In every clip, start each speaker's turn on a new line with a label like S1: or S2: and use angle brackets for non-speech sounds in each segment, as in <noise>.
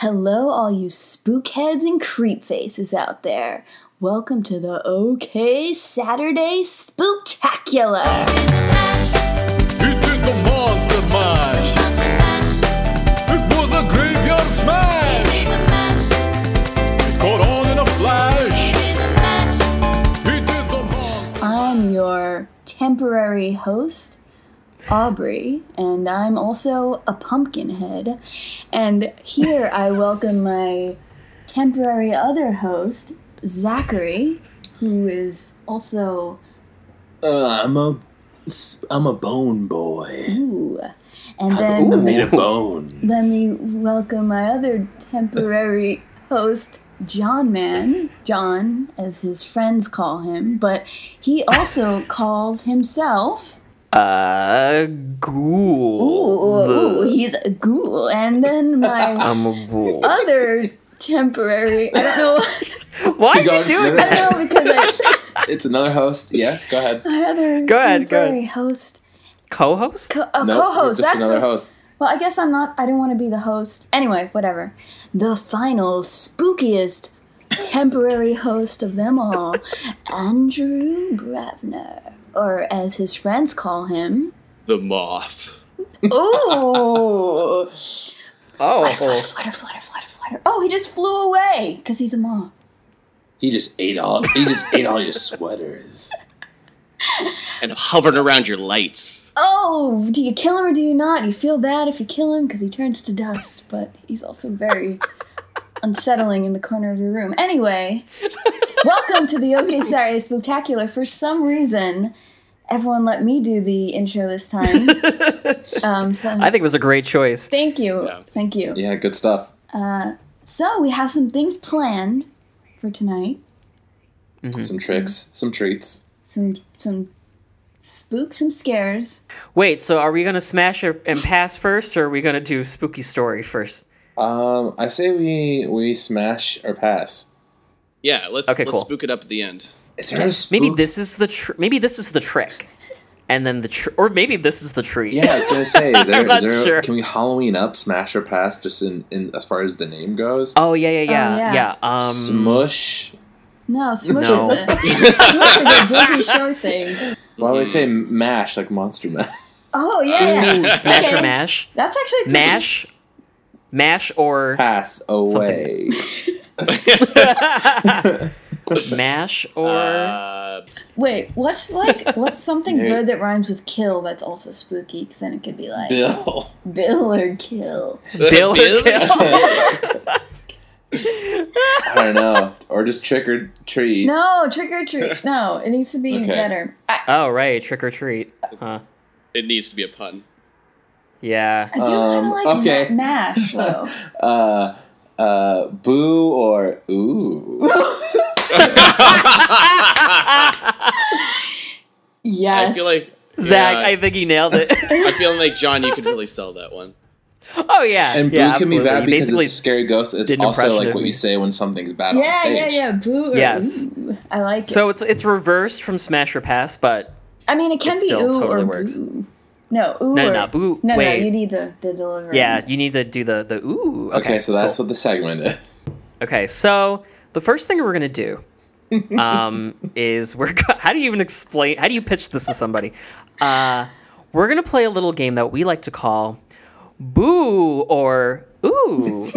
S1: Hello, all you spookheads and creep faces out there. Welcome to the OK Saturday Spooktacular.
S2: He did the monster mash. It was a graveyard smash. Caught on in a flash. He did the monster.
S1: I'm your temporary host, Aubrey, and I'm also a pumpkin head. And here I welcome my temporary other host, Zachary, who is also
S3: Uh, I'm a, I'm a bone boy.
S1: ooh. And
S3: I
S1: then
S3: made a bone.
S1: Let me welcome my other temporary host, John Man. John, as his friends call him, but he
S4: <laughs>
S1: also calls himself.
S4: A ghoul. Um,
S1: Ooh, he's a ghoul. And
S4: <laughs>
S1: then my
S4: I'm a ghoul.
S1: other temporary. I don't know.
S4: <laughs> Why are
S3: going-
S4: you doing
S3: no, no,
S4: that?
S1: I don't know because I,
S3: It's another host. Yeah,
S1: <laughs>
S3: go ahead.
S1: my other
S4: <laughs> Go ahead, go ahead.
S1: temporary host,
S4: Co-host?
S1: co- a
S3: No,
S1: co-host.
S3: it's just
S1: that's
S3: another
S1: the-
S3: host.
S1: Well, I guess I'm not. I didn't want to be the host. Anyway, whatever. The final spookiest temporary host of them all, Andrew Bravner, or as his friends call him.
S2: The moth.
S1: Oh, flutter,
S4: oh,
S1: flutter, flutter, flutter, flutter. Oh, he just flew away because he's a moth.
S3: He just ate all. He just ate all your sweaters.
S5: and hovered around your lights.
S1: Oh, do you kill him or do you not? You feel bad if you kill him because he turns to dust, but he's also very unsettling in the corner of your room. Anyway, welcome to the OK Saturday Spectacular. For some reason, everyone let me do the intro this time. um, so
S4: I think it was a great choice.
S1: thank you, thank you.
S3: Yeah, good stuff.
S1: So we have some things planned for tonight.
S4: Mm-hmm.
S3: Some tricks. Some treats.
S1: Some some spooks, some scares.
S4: Wait, so are we gonna smash or- and pass first, or are we gonna do spooky story first?
S3: Um, I say we we smash or pass.
S5: Yeah, let's
S4: Okay,
S5: let's
S4: cool.
S5: spook it up at the end.
S3: Is there a spook?
S4: Maybe this is the tr- maybe this is the trick, and then the tr- or maybe this is the treat.
S3: Yeah, I was gonna say.
S4: <laughs>
S3: Is there,
S4: I'm not
S3: is there
S4: sure.
S3: Can we Halloween up smash or pass? Just in, in as far as the name goes.
S4: Oh yeah, yeah, yeah,
S1: yeah.
S4: yeah. Um,
S3: Smush.
S1: No, Smush
S4: No.
S1: is a Smush is a Jersey Shore thing.
S3: Why would I say
S4: mm-hmm.
S3: mash like monster mash?
S1: Oh yeah.
S4: ooh, smash
S1: Okay.
S4: or mash,
S1: That's actually pretty-
S4: mash, mash or
S3: <laughs> Pass away.
S4: <laughs> mash or
S5: Uh,
S1: Wait, what's like what's something
S3: Yeah.
S1: good that rhymes with kill that's also spooky? Because then it could be like
S3: Bill.
S1: Bill or kill.
S4: Bill or Kill.
S3: I don't know. Or just trick or treat.
S1: No, trick or
S3: <laughs>
S1: treat. No, it needs to be
S3: Okay.
S1: better. I,
S4: Oh right, trick or treat. Huh.
S5: It needs to be a pun.
S4: Yeah.
S1: I do
S3: Um,
S1: kind of like
S3: okay.
S1: ma-
S3: <laughs>
S1: mash though.
S3: Uh, uh, boo or ooh.
S1: <laughs> yes.
S5: I feel like
S4: Zach,
S5: yeah,
S4: I think he nailed it.
S5: I'm feeling like John. You could really sell that one.
S4: <laughs> oh yeah.
S3: And boo
S4: yeah,
S3: can be
S4: absolutely.
S3: bad
S4: You
S3: because
S4: basically
S3: it's a scary ghost. It's
S4: did an
S3: also
S4: impression
S3: like
S4: of
S3: what
S4: me.
S3: you say when something's bad on
S1: yeah,
S3: stage.
S1: yeah, yeah. Boo. Or
S4: Yes.
S1: Ooh. I like it.
S4: so it's it's reversed from smash or pass, but
S1: I mean, it can
S4: it
S1: be
S4: still
S1: ooh
S4: totally
S1: or
S4: works.
S1: boo. No, ooh.
S4: No,
S1: or,
S4: no, boo-
S1: No,
S4: wait.
S1: no, you need the the delivery.
S4: yeah, you need to do the the ooh.
S3: Okay, so that's what the segment is.
S4: what. Okay, so the first thing we're gonna do, um, is we're go- <laughs> how do you even explain? How do you pitch this to somebody? Uh, we're gonna play a little game that we like to call boo or ooh,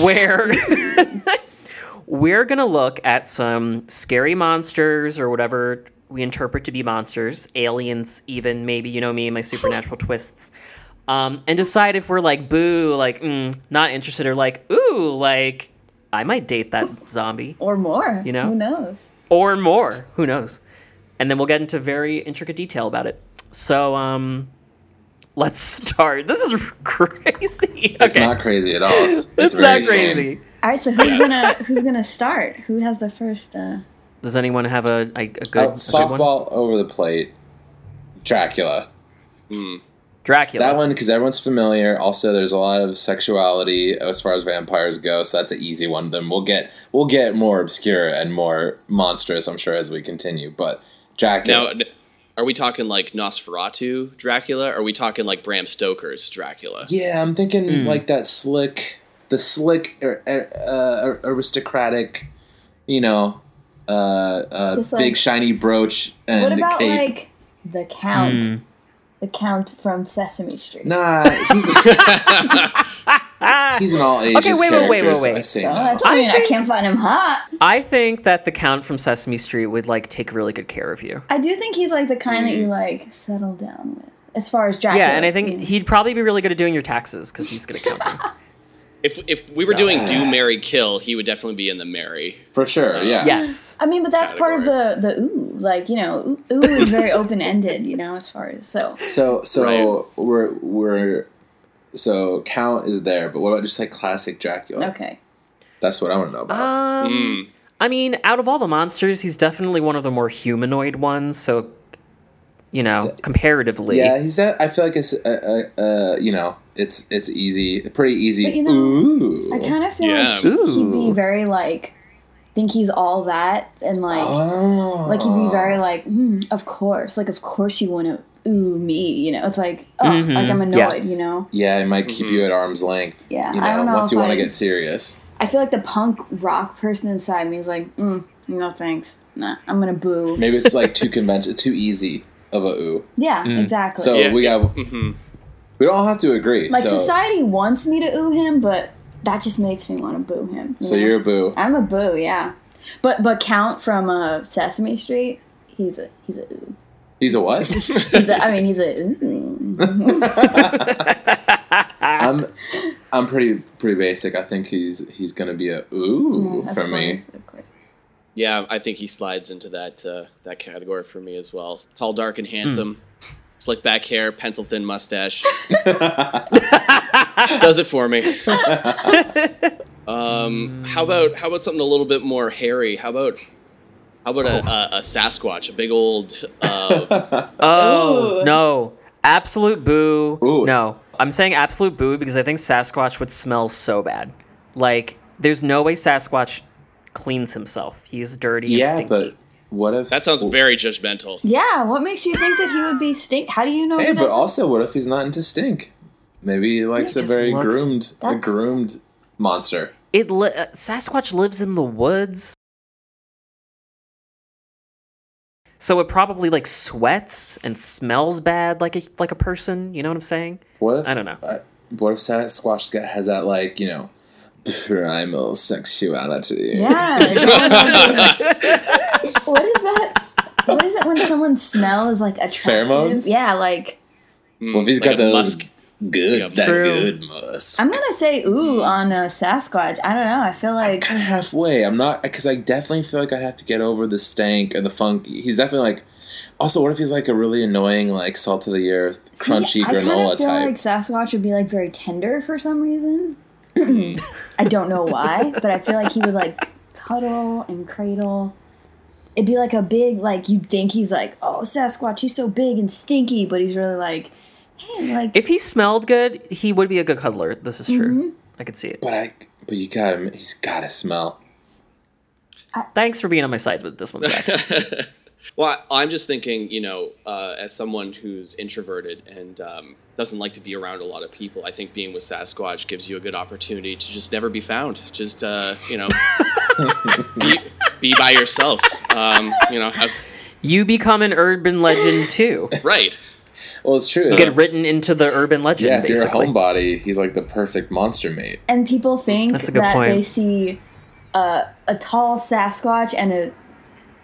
S4: where. <laughs> we're gonna look at some scary monsters or whatever we interpret to be monsters, aliens, even maybe you know me and my supernatural twists, um, and decide if we're like boo, like mm, not interested, or like ooh, like I might date that zombie
S1: Or more.
S4: You know?
S1: Who knows?
S4: or more. Who knows? And then we'll get into very intricate detail about it. So um, let's start. This is <laughs> crazy.
S3: It's
S4: okay,
S3: not crazy at all. It's,
S4: <laughs> it's,
S3: it's,
S4: not
S3: very Oh, sane.
S4: crazy.
S1: All right, so who's
S4: <laughs>
S1: gonna who's gonna start? Who has the first? uh
S4: Does anyone have a, a, a good,
S3: Uh,
S4: a good one?
S3: softball over the plate. Dracula.
S4: Dracula.
S3: That one because everyone's familiar. Also, there's a lot of sexuality as far as vampires go, so that's an easy one. Then we'll get we'll get more obscure and more monstrous, I'm sure, as we continue. But Dracula,
S5: Now, n- Are we talking like Nosferatu Dracula? Are we talking like Bram Stoker's Dracula?
S3: Yeah, I'm thinking like that slick, the slick er, er, uh, aristocratic, you know, uh, uh,
S1: Just like-
S3: big shiny brooch and
S1: What about
S3: cape.
S1: like the Count?
S4: Mm.
S1: The Count from Sesame Street.
S3: nah, he's a, he's an all ages
S4: Okay, wait, wait, wait,
S3: character,
S4: wait,
S3: so
S4: wait.
S3: I say
S1: Well,
S3: no.
S1: that's I mean,
S4: think-
S1: I can't find him hot.
S4: I think that the Count from Sesame Street would like take really good care of you.
S1: I do think he's like the kind that you like settle down with, as far as Dracula.
S4: Mm. Yeah, and I think
S1: you know.
S4: he'd probably be really good at doing your taxes because he's good at counting.
S3: <laughs>
S5: If if we were doing Do Mary Kill, he would definitely be in the Mary.
S3: for sure. Yeah,
S4: yes.
S1: I mean, but that's part of the the ooh, like you know, ooh, ooh is
S4: <laughs>
S1: very open ended, you know, as far as so.
S3: So so
S5: Right.
S3: we're we're so count is there, but what about just like classic Dracula?
S1: Okay,
S3: That's what I want to know about.
S4: Um, I mean, out of all the monsters, he's definitely one of the more humanoid ones. So, you know, comparatively,
S3: yeah, he's that. I feel like it's uh, uh, uh, you know it's it's easy, pretty easy.
S1: But, you know,
S3: Ooh,
S1: I kind of feel
S5: Yeah.
S1: like he- he'd be
S4: Ooh.
S1: very like think he's all that, and like
S3: oh.
S1: like he'd be very like, mm, of course, like of course you want to ooh me, you know. It's like oh, like I'm annoyed,
S4: Mm-hmm. yeah.
S1: you know.
S3: Yeah, it might
S5: Mm-hmm.
S3: keep you at arm's length.
S1: Yeah,
S3: you know,
S1: I don't know
S3: once
S1: if
S3: you want
S1: I-
S3: to get serious.
S1: I feel like the punk rock person inside me is like, mm, no thanks, nah, I'm gonna boo.
S3: Maybe it's like too convention, <laughs> too easy of a ooh.
S1: Yeah, exactly.
S3: Mm. So
S5: Yeah. Mm-hmm.
S3: we got we don't have to agree.
S1: like
S3: so
S1: society wants me to ooh him, but that just makes me want to boo him. you
S3: so
S1: know?
S3: you're a boo.
S1: I'm a boo, yeah. But but Count from uh, Sesame Street, he's a he's a ooh.
S3: He's
S1: <laughs>
S3: a what?
S1: He's a, I mean, he's a mm, ooh.
S3: I'm I'm pretty pretty basic. I think he's he's gonna be a ooh
S1: Mm, That's
S3: for
S1: funny.
S3: me.
S5: Yeah, I think he slides into that uh, that category for me as well. Tall, dark, and handsome. Slick back hair, pencil thin mustache. Does it for me. um, how about how about something a little bit more hairy? How about how about a, a, a Sasquatch, a big old uh,
S4: Oh
S1: Ooh.
S4: no, absolute boo.
S3: Ooh.
S4: No, I'm saying absolute boo because I think Sasquatch would smell so bad. Like, there's no way Sasquatch cleans himself. He's dirty.
S3: Yeah,
S4: and stinky.
S3: but what if
S5: that sounds very judgmental.
S1: Yeah, what makes you think that he would be stink? How do you know?
S3: Hey,
S1: he
S3: but
S1: doesn't-
S3: also, what if he's not into stink? Maybe he likes a
S4: just
S3: very
S4: looks-
S3: groomed a
S1: that's-
S3: groomed monster.
S4: it li- uh, Sasquatch lives in the woods. So it probably like sweats and smells bad like a like a person, you know what I'm saying?
S3: What if
S4: I don't know.
S3: uh, what if Sasquatch got- has that like you know primal sexuality?
S1: yeah. it's- <laughs> what is that? What is it when someone's smell is like attractive?
S3: Pheromones?
S1: Yeah, like
S3: Well, if he's
S5: Like
S3: got
S5: a
S3: those <laughs>
S5: musk. <laughs>
S3: good
S5: Yeah,
S3: that
S4: true.
S3: good musk.
S1: I'm gonna say
S3: Mm.
S1: ooh on a Sasquatch. I don't know. I feel like
S3: kind of halfway. I'm not because I definitely feel like I'd have to get over the stank and the funky. He's definitely like. Also, what if he's like a really annoying, like salt of the earth, crunchy
S1: See, I
S3: granola
S1: kinda feel
S3: type?
S1: like Sasquatch would be like very tender for some reason.
S3: Mm.
S1: <clears throat> I don't know why, but I feel like he would like cuddle and cradle. It'd be like a big like you'd think he's like, oh Sasquatch, he's so big and stinky, but he's really like, hey, like
S4: If he smelled good, he would be a good cuddler. This is true.
S1: Mm-hmm.
S4: I could see it.
S3: but I, but you got him. He's got to smell.
S4: Thanks for being on my sides with this one, Zach. <laughs>
S5: Well, I, I'm just thinking, you know, uh, as someone who's introverted and um, doesn't like to be around a lot of people, I think being with Sasquatch gives you a good opportunity to just never be found. Just, uh, you
S3: <laughs>
S5: know, be, be by yourself. Um, you know, have,
S4: you become an urban legend too.
S5: right.
S3: Well, it's true.
S4: Get written into the urban legend,
S3: yeah, if you're a
S4: basically.
S3: homebody, he's like the perfect monster mate.
S1: and people think
S4: That's a good
S1: that
S4: point.
S1: they see uh, a tall Sasquatch and a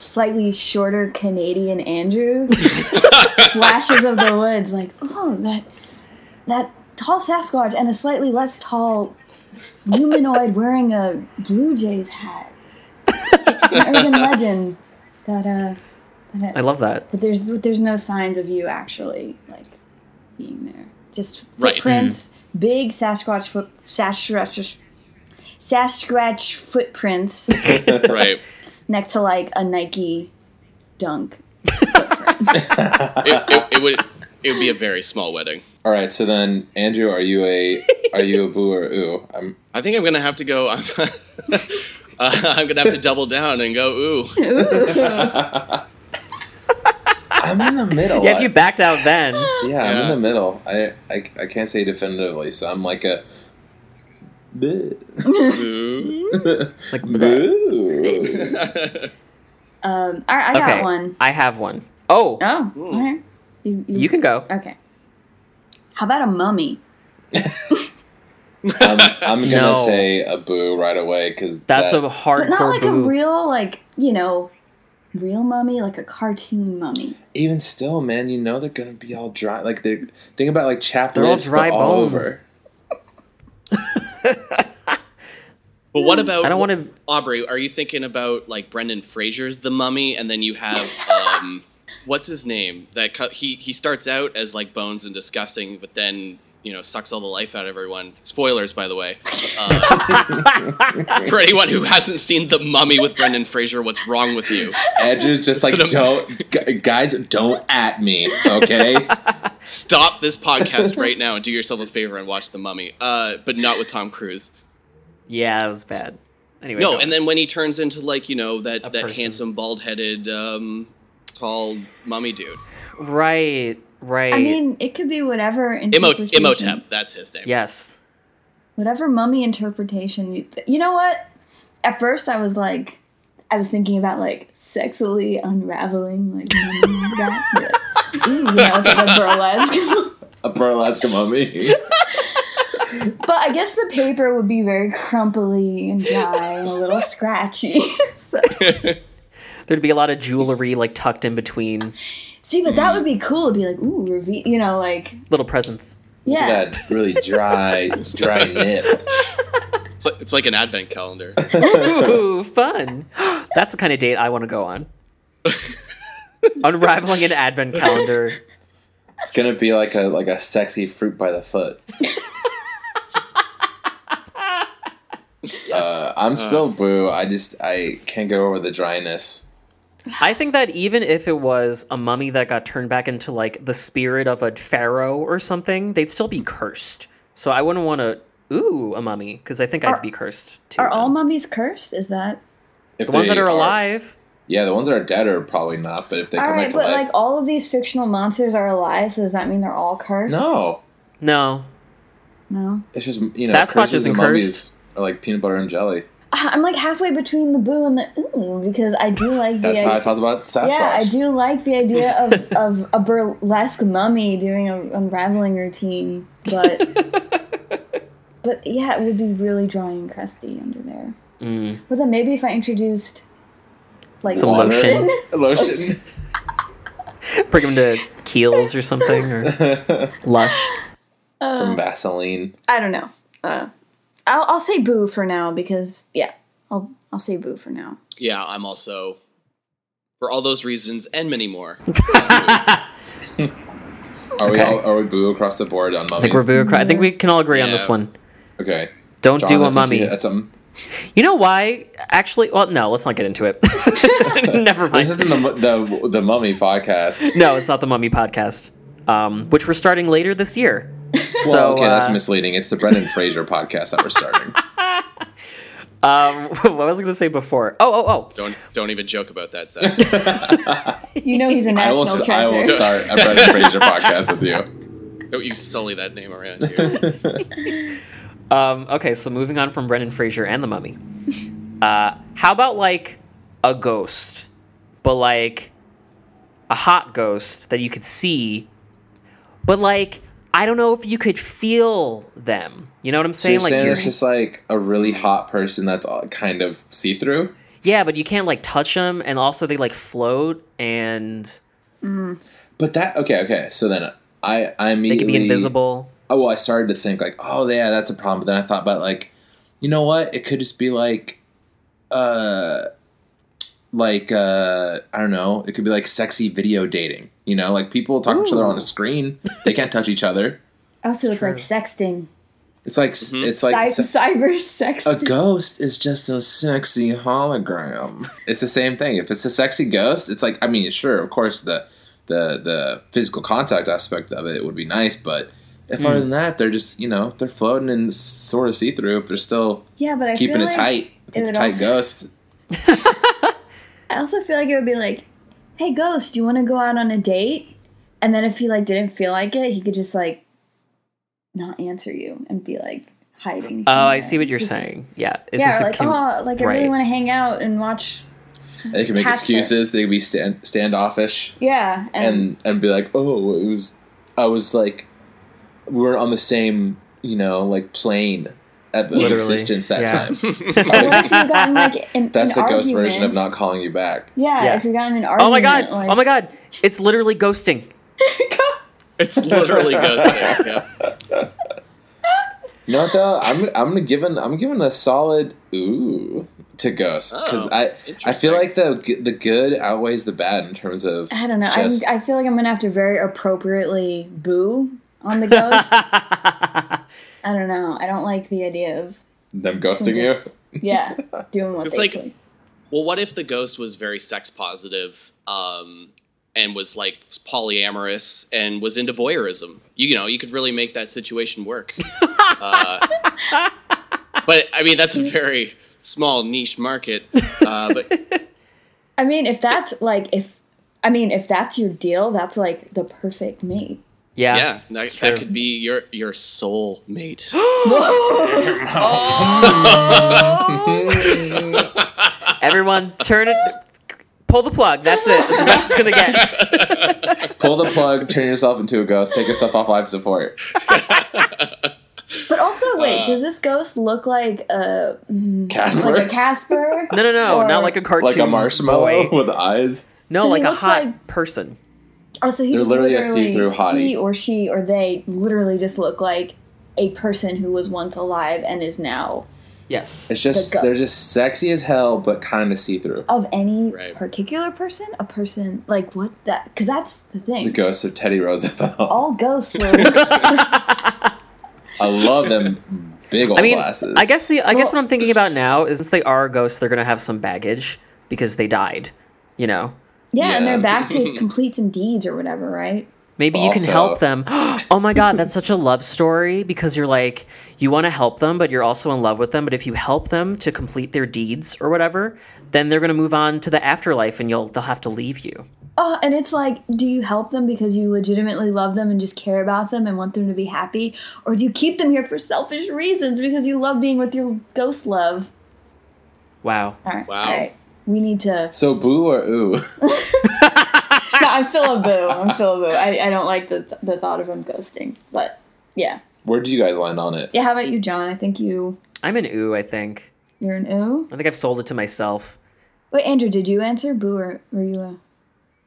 S1: slightly shorter Canadian Andrew
S4: <laughs>
S1: flashes of the woods like oh that that tall Sasquatch and a slightly less tall humanoid wearing a Blue Jays hat. It's an urban legend that uh
S4: I love that.
S1: but there's but there's no signs of you actually like being there. Just
S4: mm.
S5: Right.
S1: footprints, big Sasquatch foot Sasquatch Sasquatch
S4: <laughs>
S1: footprints
S5: Right.
S1: next to like a Nike
S4: <laughs>
S1: dunk.
S5: It, it, it would it would be a very small wedding.
S3: All right, so then Andrew, are you a are you a boo or ooh? I'm
S5: I think I'm going to have to go. <laughs> I'm,
S1: Um,
S5: uh, I'm going to have to double down and go, ooh.
S1: Ooh.
S3: I I'm in the
S4: <laughs>
S3: middle.
S4: Yeah, if you backed out then.
S3: Yeah, I'm in
S5: Yeah.
S3: the middle. I, I, I can't say definitively, so I'm like a. <laughs>
S4: Like,
S5: <laughs>
S3: Boo.
S1: Um, all right, I got
S4: okay,
S1: one.
S4: I have one. Oh,
S1: Oh, okay. You, you-
S4: you can go.
S1: Okay. How about a mummy?
S3: I'm, I'm
S4: <laughs>
S3: gonna
S4: No.
S3: say a boo right away because
S4: That's
S3: that,
S4: a
S1: But not
S4: hardcore
S1: like
S4: boo.
S1: a real, like, you know, real mummy, like a cartoon mummy.
S3: even still, man. You know they're gonna be all dry. Like they are think about like chapped
S4: They're all
S3: lips,
S4: dry
S3: but all
S4: bones.
S3: over.
S5: But what about
S4: I don't want to.
S5: Aubrey? Are you thinking about like Brendan Fraser's The Mummy, and then you have um, what's his name that co- he he starts out as like bones and disgusting, but then you know sucks all the life out of everyone. Spoilers, by the way. Uh, for anyone who hasn't seen The Mummy with Brendan Fraser, what's wrong with you?
S3: Edges just like
S5: Sort of-
S3: don't gu- guys don't at me,
S4: <laughs>
S3: okay?
S5: Stop this podcast right now and do yourself a favor and watch The Mummy, uh, but not with Tom Cruise.
S4: Yeah, that was bad. Anyway,
S5: No,
S4: go
S5: and then when he turns into like you know that
S4: A
S5: that
S4: person.
S5: handsome, bald-headed, um, tall mummy dude.
S4: on. right, right.
S1: I mean, it could be whatever
S5: Imot-
S1: interpretation.
S5: Imhotep, that's his name.
S4: yes.
S1: Whatever mummy interpretation. You, th- you know what? At first, I was like, I was thinking about like sexually unraveling, like, <laughs> mummy rats, but, ooh, you know, it's like a burlesque.
S3: a burlesque mummy.
S1: but I guess the paper would be very crumply and dry and a little scratchy. <laughs> so.
S4: There'd be a lot of jewelry like tucked in between
S1: See, but that would be cool to be like, ooh, reve you know, like,
S4: little presents.
S1: yeah.
S3: that really dry, dry nip.
S5: It's, like, it's like an advent
S3: <laughs>
S5: calendar.
S4: Ooh, <laughs> fun. <gasps> That's the kind of date I want to go on. Unraveling an advent calendar.
S3: It's gonna be like a like a sexy fruit by
S4: <laughs>
S3: the foot. uh, I'm still boo. I just I can't go over the dryness.
S4: I think that even if it was a mummy that got turned back into like the spirit of a pharaoh or something, they'd still be cursed. So I wouldn't want to ooh a mummy because I think I'd be cursed too.
S1: Are all
S4: then.
S1: mummies cursed? Is that
S3: If
S4: the ones
S3: they
S4: that are alive?
S3: yeah, the ones that are dead are probably not. But if they
S1: all
S3: come
S1: right?
S3: back to
S1: But
S3: life,
S1: like all of these fictional monsters are alive, so does that mean they're all cursed?
S3: no,
S4: No,
S1: no.
S3: it's just you know,
S4: Sasquatch
S3: curses
S4: isn't
S3: and mummies are like peanut butter and jelly.
S1: I- I'm like halfway between the boo and the ooh because I do like the
S3: That's how I
S1: idea.
S3: felt about Sasquatch.
S1: Yeah, I do like the idea
S3: <laughs>
S1: of, of a burlesque mummy doing a unraveling routine,
S3: <laughs>
S1: but but yeah, it would be really dry and crusty under there. Mm. But then maybe if I introduced like
S4: Some
S3: Water.
S4: lotion.
S3: <laughs>
S1: <laughs>
S3: Lotion.
S4: bring them to Keels or something or
S3: <laughs>
S4: Lush.
S1: Uh,
S3: Some Vaseline.
S1: I don't know. Uh, I'll, I'll say boo for now because yeah, I'll I'll say boo for now.
S5: yeah, I'm also, for all those reasons and many more.
S3: Are we
S4: Okay.
S3: all, are we boo across the board on
S4: I
S3: mummies?
S4: think we're boo. I think we can all agree on
S5: Yeah.
S4: this one.
S3: Okay.
S4: Don't
S3: John, I
S4: do a
S3: think
S4: mummy.
S3: You,
S4: You,
S3: that's something.
S4: know why? Actually, well, no. Let's not get into
S3: <laughs>
S4: it. <laughs> Never mind.
S3: This isn't the, the the mummy podcast.
S4: no, it's not the Mummy podcast, um, which we're starting later this year. <laughs> so
S3: Well, okay, that's
S4: uh,
S3: misleading. It's the Brendan Fraser podcast that we're starting.
S4: um, <laughs> what was I going to say before? Oh, oh, oh.
S5: Don't don't even joke about that, Zach.
S3: <laughs>
S1: You know he's a <laughs>
S3: I
S1: national
S3: will.
S1: treasure.
S3: I will start
S1: <laughs>
S3: a Brendan Fraser podcast with you.
S5: Don't you sully that name around
S3: <laughs>
S5: here.
S4: Um, okay, so moving on from Brendan Fraser and the Mummy.
S1: <laughs>
S4: Uh, how about like a ghost, but like a hot ghost that you could see, but like I don't know if you could feel them. You know what I'm
S3: So you're
S4: saying?
S3: saying
S4: like, you're,
S3: it's just like a really hot person that's all kind of see through.
S4: yeah, but you can't like touch them, and also they like float and
S3: But that okay, okay. So then I I
S4: they
S3: immediately
S4: could be invisible.
S3: Oh, well, I started to think like, oh yeah, that's a problem. But then I thought about like, you know what? It could just be like, uh, like uh, I don't know. It could be like sexy video dating. You know, like people talk to each other on a screen. They can't touch each other.
S1: Also, it's
S4: True.
S1: like sexting.
S3: It's like it's like
S1: Cy-
S3: se-
S1: cyber
S3: a
S1: sexting.
S3: ghost is just a sexy hologram. It's the same thing. If it's a sexy ghost, it's like I mean, sure, of course the the the physical contact aspect of it would be nice, but if other than that, they're just you know they're floating and sort of see through. If they're still
S1: yeah, but I
S3: keeping
S1: feel
S3: it
S1: like
S3: tight, if it's a
S1: would also-
S3: tight ghost.
S1: I also feel like it would be like, hey ghost do you want to go out on a date and then if he like didn't feel like it he could just like not answer you and be like hiding
S4: Oh,
S1: somewhere.
S4: I see what you're
S1: Just-
S4: saying. Yeah. Is
S1: yeah or like
S4: com-
S1: oh like i really
S4: right.
S1: want to hang out and watch
S3: They can make
S1: Pastor.
S3: excuses. They can be stand, standoffish
S1: yeah and,
S3: and and be like, "Oh, it was, I was like, we were on the same, you know, like plane of
S4: Literally,
S3: existence that
S4: yeah.
S3: time."
S1: or if you've gotten
S3: <laughs>
S1: like an,
S3: That's
S1: an
S3: the ghost
S1: argument,
S3: version of not calling you back.
S1: yeah,
S4: Yeah.
S1: if you've gotten an
S4: Oh
S1: argument
S4: my god.
S1: like,
S4: oh my god. It's literally ghosting.
S5: It's literally goes there. Yeah.
S3: <laughs> You know what though? I'm I'm gonna give an I'm giving a solid ooh to ghosts because
S5: Oh,
S3: I I
S5: interesting.
S3: feel like the g- the good outweighs the bad in terms of
S1: I don't know.
S3: just-
S1: I'm, I feel like I'm gonna have to very appropriately boo on the
S4: <laughs>
S1: ghost. I don't know. I don't like the idea of
S3: them ghosting you.
S1: just- yeah doing what
S5: It's
S1: they
S5: like-
S1: like,
S5: Well, what if the ghost was very sex positive, um, and was like polyamorous and was into voyeurism? You, know, you could really make that situation
S3: <laughs>
S5: work. uh, but I mean, that's a very small niche market. Uh, but
S1: I mean, if that's like if I mean if that's your deal, that's like the perfect mate.
S4: Yeah.
S5: yeah, that, that could be your your soul mate.
S4: Everyone turn it pull the plug. That's it. That's the best it's gonna get.
S3: Pull the plug, turn yourself into a ghost, take yourself off life support.
S1: But also, wait, does this ghost look like a
S3: Casper,
S1: Mm. like a Casper?
S4: No no
S1: <laughs>
S4: no,
S1: Or-
S4: not like a cartoon.
S3: like a marshmallow
S4: boy.
S3: <laughs> with eyes.
S4: No,
S1: So he
S4: like a
S1: looks
S4: hot
S1: like-
S4: person.
S1: Oh, so he
S3: They're
S1: just
S3: literally
S1: literally,
S3: a see-through hottie.
S1: He or she or they literally just look like a person who was once alive and is now
S4: Yes.
S3: It's just
S1: The ghost.
S3: they're just sexy as hell, but kind of see through.
S1: of any
S5: Right.
S1: particular person. A person like what that? Because that's the thing.
S3: The ghost of Teddy Roosevelt.
S1: All ghosts were.
S3: I love them big old
S4: I mean,
S3: glasses.
S4: I guess the I guess
S1: Well-
S4: what I'm thinking about now is since they are ghosts, they're gonna have some baggage because they died. You know,
S1: <laughs> Yeah, and they're
S3: Yeah.
S1: back to complete some deeds or whatever, right?
S4: maybe you can
S3: Also-
S4: help them. <gasps> oh my god, that's such a love story because you're like you want to help them, but you're also in love with them. But if you help them to complete their deeds or whatever, then they're gonna move on to the afterlife, and you'll they'll have to leave you.
S1: Oh, and it's like, do you help them because you legitimately love them and just care about them and want them to be happy? Or do you keep them here for selfish reasons because you love being with your ghost love?
S4: Wow.
S1: All right.
S5: Wow.
S1: All right. We need to.
S3: so. Boo or ooh?
S1: No, I'm still a boo. I'm still a boo. I, I don't like the, the thought of him ghosting. But yeah.
S3: Where do you guys land on it?
S1: Yeah, how about you, John? I think you,
S4: I'm an ooh. I think.
S1: you're an ooh.
S4: I think I've sold it to myself.
S1: Wait, Andrew, did you answer boo or were you a.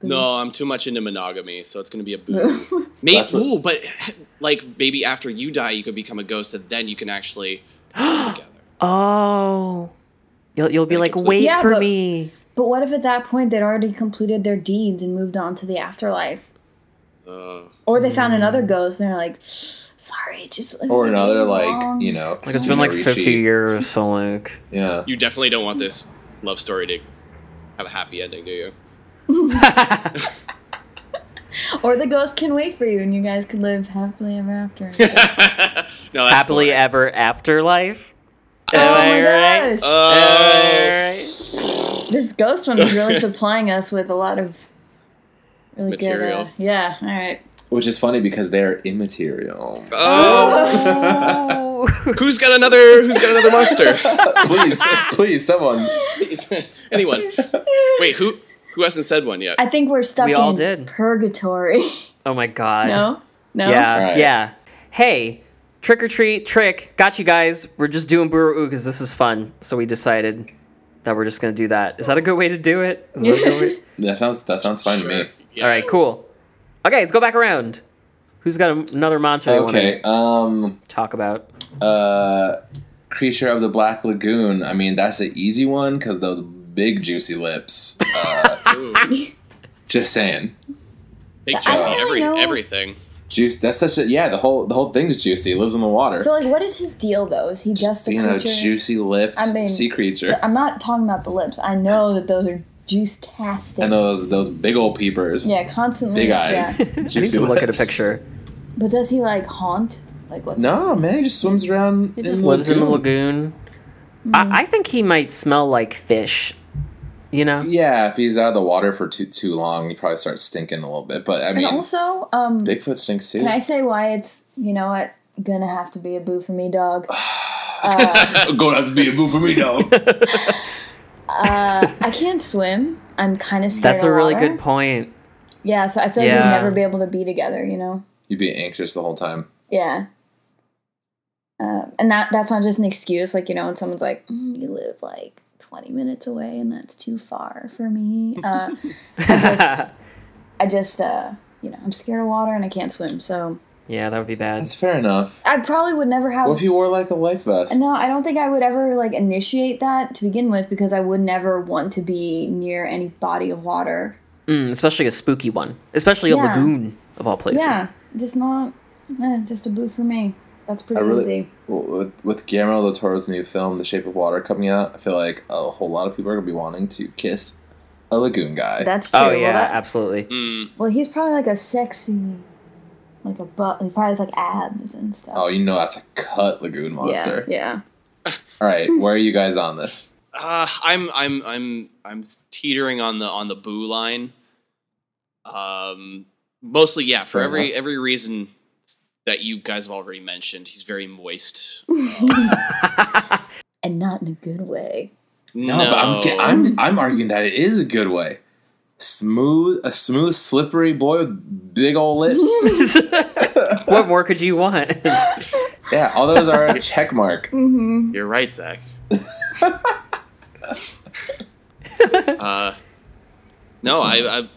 S5: No, I'm too much into monogamy, so it's gonna be a boo. Maybe,
S3: That's what-
S5: ooh, but <laughs> like maybe after you die, you could become a ghost, and then you can actually live together.
S4: Oh. You'll, you'll be like,
S5: Like,
S4: wait
S1: Yeah,
S4: for
S1: but-
S4: me.
S1: But what if at that point they'd already completed their deeds and moved on to the afterlife?
S5: Uh,
S1: Or they found another ghost and they're like, sorry, it just it was
S3: Hmm. Or another
S1: really
S3: like
S1: long."
S3: you know?
S4: Like it's been like 50 years, so like.
S3: Yeah.
S5: you definitely don't want this love story to have a happy ending, do you? <laughs>
S1: Or the ghost can wait for you and you guys can live happily ever after.
S5: No, that's
S4: happily
S5: boring.
S4: ever afterlife.
S1: oh
S4: Am I
S1: my
S4: right?
S1: gosh!
S5: Oh,
S1: this ghost one is really supplying us with a lot of really
S5: Material.
S1: good. Uh, yeah. All right.
S3: Which is funny because they're <laughs> immaterial.
S5: oh,
S1: Oh.
S5: who's got another? Who's got another monster? <laughs>
S3: please, please, someone.
S5: Anyone? Wait, who? Who hasn't said one yet?
S1: I think we're stuck
S4: We all
S1: in
S4: did.
S1: purgatory. <laughs>
S4: Oh my god.
S1: no. No.
S4: Yeah,
S3: Alright.
S4: yeah. Hey, trick or treat, trick. Got you guys. We're just doing Buru because this is fun. So we decided that we're just gonna do that. Is that a good way to do
S1: <laughs>
S4: it? Is that a good way-
S3: That sounds that sounds fine to me.
S5: Yeah.
S4: All right, cool. Okay, let's go back around. Who's got a- another monster they
S3: Okay.
S4: want
S3: Um.
S4: to talk about?
S3: Uh. Creature of the Black Lagoon. I mean, that's an easy one because those big juicy lips. Uh,
S1: <laughs>
S3: just saying,
S5: Thanks,
S1: I
S5: Jesse.
S1: don't
S5: Every,
S1: know.
S5: everything.
S3: juice. That's such a yeah. The whole the whole thing's juicy. It lives in the water.
S1: <laughs> So like, what is his deal though? Is he just a
S3: you know,
S1: creature?
S3: juicy lipped
S1: I mean,
S3: sea creature,
S1: I'm not talking about the um, lips. I know that those are juice tastic.
S3: and those those big old peepers.
S1: yeah, constantly.
S3: Big
S1: yeah.
S3: eyes.
S4: I need
S3: Juicy
S4: to look at a
S3: lips.
S4: picture.
S1: But does he like haunt? Like what's
S3: No, man, he just swims around.
S4: He just lives in the lagoon. I, I think he might smell like fish. You know,
S3: Yeah, if he's out of the water for too too long, he probably starts stinking a little bit. But I mean,
S1: and also, um,
S3: Bigfoot stinks too.
S1: can
S3: <laughs>
S1: I say why it's you know what gonna have to be a boo for me, dog?
S3: Gonna have to be a boo for
S1: <laughs>
S3: me, dog.
S1: Uh, I can't swim. I'm kind of scared.
S4: that's
S1: of
S4: a really
S1: water.
S4: good point.
S1: Yeah, so I feel like
S4: Yeah.
S1: we'd never be able to be together. You know?
S3: You'd be anxious the whole time.
S1: Yeah. Uh, and that that's not just an excuse. Like you know, when someone's like, "Mm, "You live like 20 minutes away, and that's too far for me."
S4: <laughs>
S1: Uh, I just, I just, uh, you know, I'm scared of water and I can't swim, so
S4: Yeah, that would be bad.
S3: That's fair enough.
S1: I probably would never have.
S3: What if you wore like a life vest?
S1: No, I don't think I would ever like initiate that to begin with because I would never want to be near any body of water.
S4: Mm, especially a spooky one, especially a
S1: Yeah.
S4: lagoon of all places.
S1: Yeah, just not eh, just a boo for me. That's
S3: I
S1: pretty
S3: really
S1: easy.
S3: with, with Guillermo del Toro's new film, The Shape of Water, coming out. I feel like a whole lot of people are gonna be wanting to kiss a lagoon guy.
S1: That's true.
S4: Oh
S1: Well,
S4: yeah,
S1: that- <laughs>
S4: absolutely. <laughs>
S5: Hmm.
S1: well, he's probably like a sexy, like a butt. He probably has like abs and stuff.
S3: oh, you know that's a cut lagoon monster.
S1: Yeah,
S3: All right, where are you guys on this?
S5: Uh, I'm I'm I'm I'm teetering on the on the boo line. Um, mostly yeah. For
S3: Fair
S5: every
S3: enough.
S5: every reason that you guys have already mentioned, he's very moist.
S1: and not in a good way.
S5: No,
S3: No, but I'm, ge- I'm I'm arguing that it is a good way. Smooth, a smooth, slippery boy with big
S4: <laughs>
S3: old lips.
S4: what more could you want?
S3: yeah, all those are a check mark. Uh,
S5: You're right, Zach. <laughs> uh, no, I, I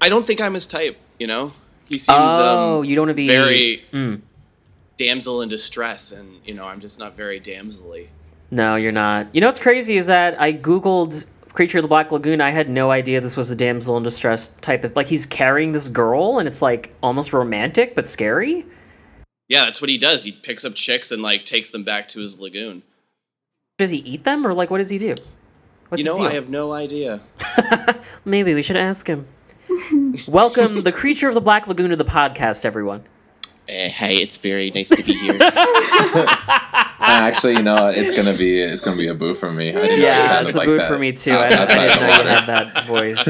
S5: I don't think I'm his type. You know, he seems
S4: oh,
S5: um,
S4: you don't want to be
S5: very
S4: Mm.
S5: damsel in distress, and you know, I'm just not very damselly.
S4: No, you're not. You know what's crazy is that I googled creature of the black lagoon. I had no idea this was a damsel in distress type of like he's carrying this girl and it's like almost romantic but scary.
S5: Yeah, that's what he does. He picks up chicks and like takes them back to his lagoon.
S4: Does he eat them or like what does he do? What's
S5: you
S4: his
S5: know, I
S4: deal?
S5: have no idea.
S4: Maybe we should ask him. <laughs> Welcome the creature of the black lagoon to the podcast, everyone.
S5: Uh, hey, it's very nice to be <laughs> here.
S3: Actually, you know what? It's gonna be it's gonna be a boo for me. I didn't know it
S4: Yeah,
S3: sounded
S4: it's a
S3: like
S4: boo
S3: that.
S4: for me too.
S3: Out-
S4: I, didn't- I
S3: outside
S4: didn't
S3: the
S4: know you
S3: water.
S4: had that voice.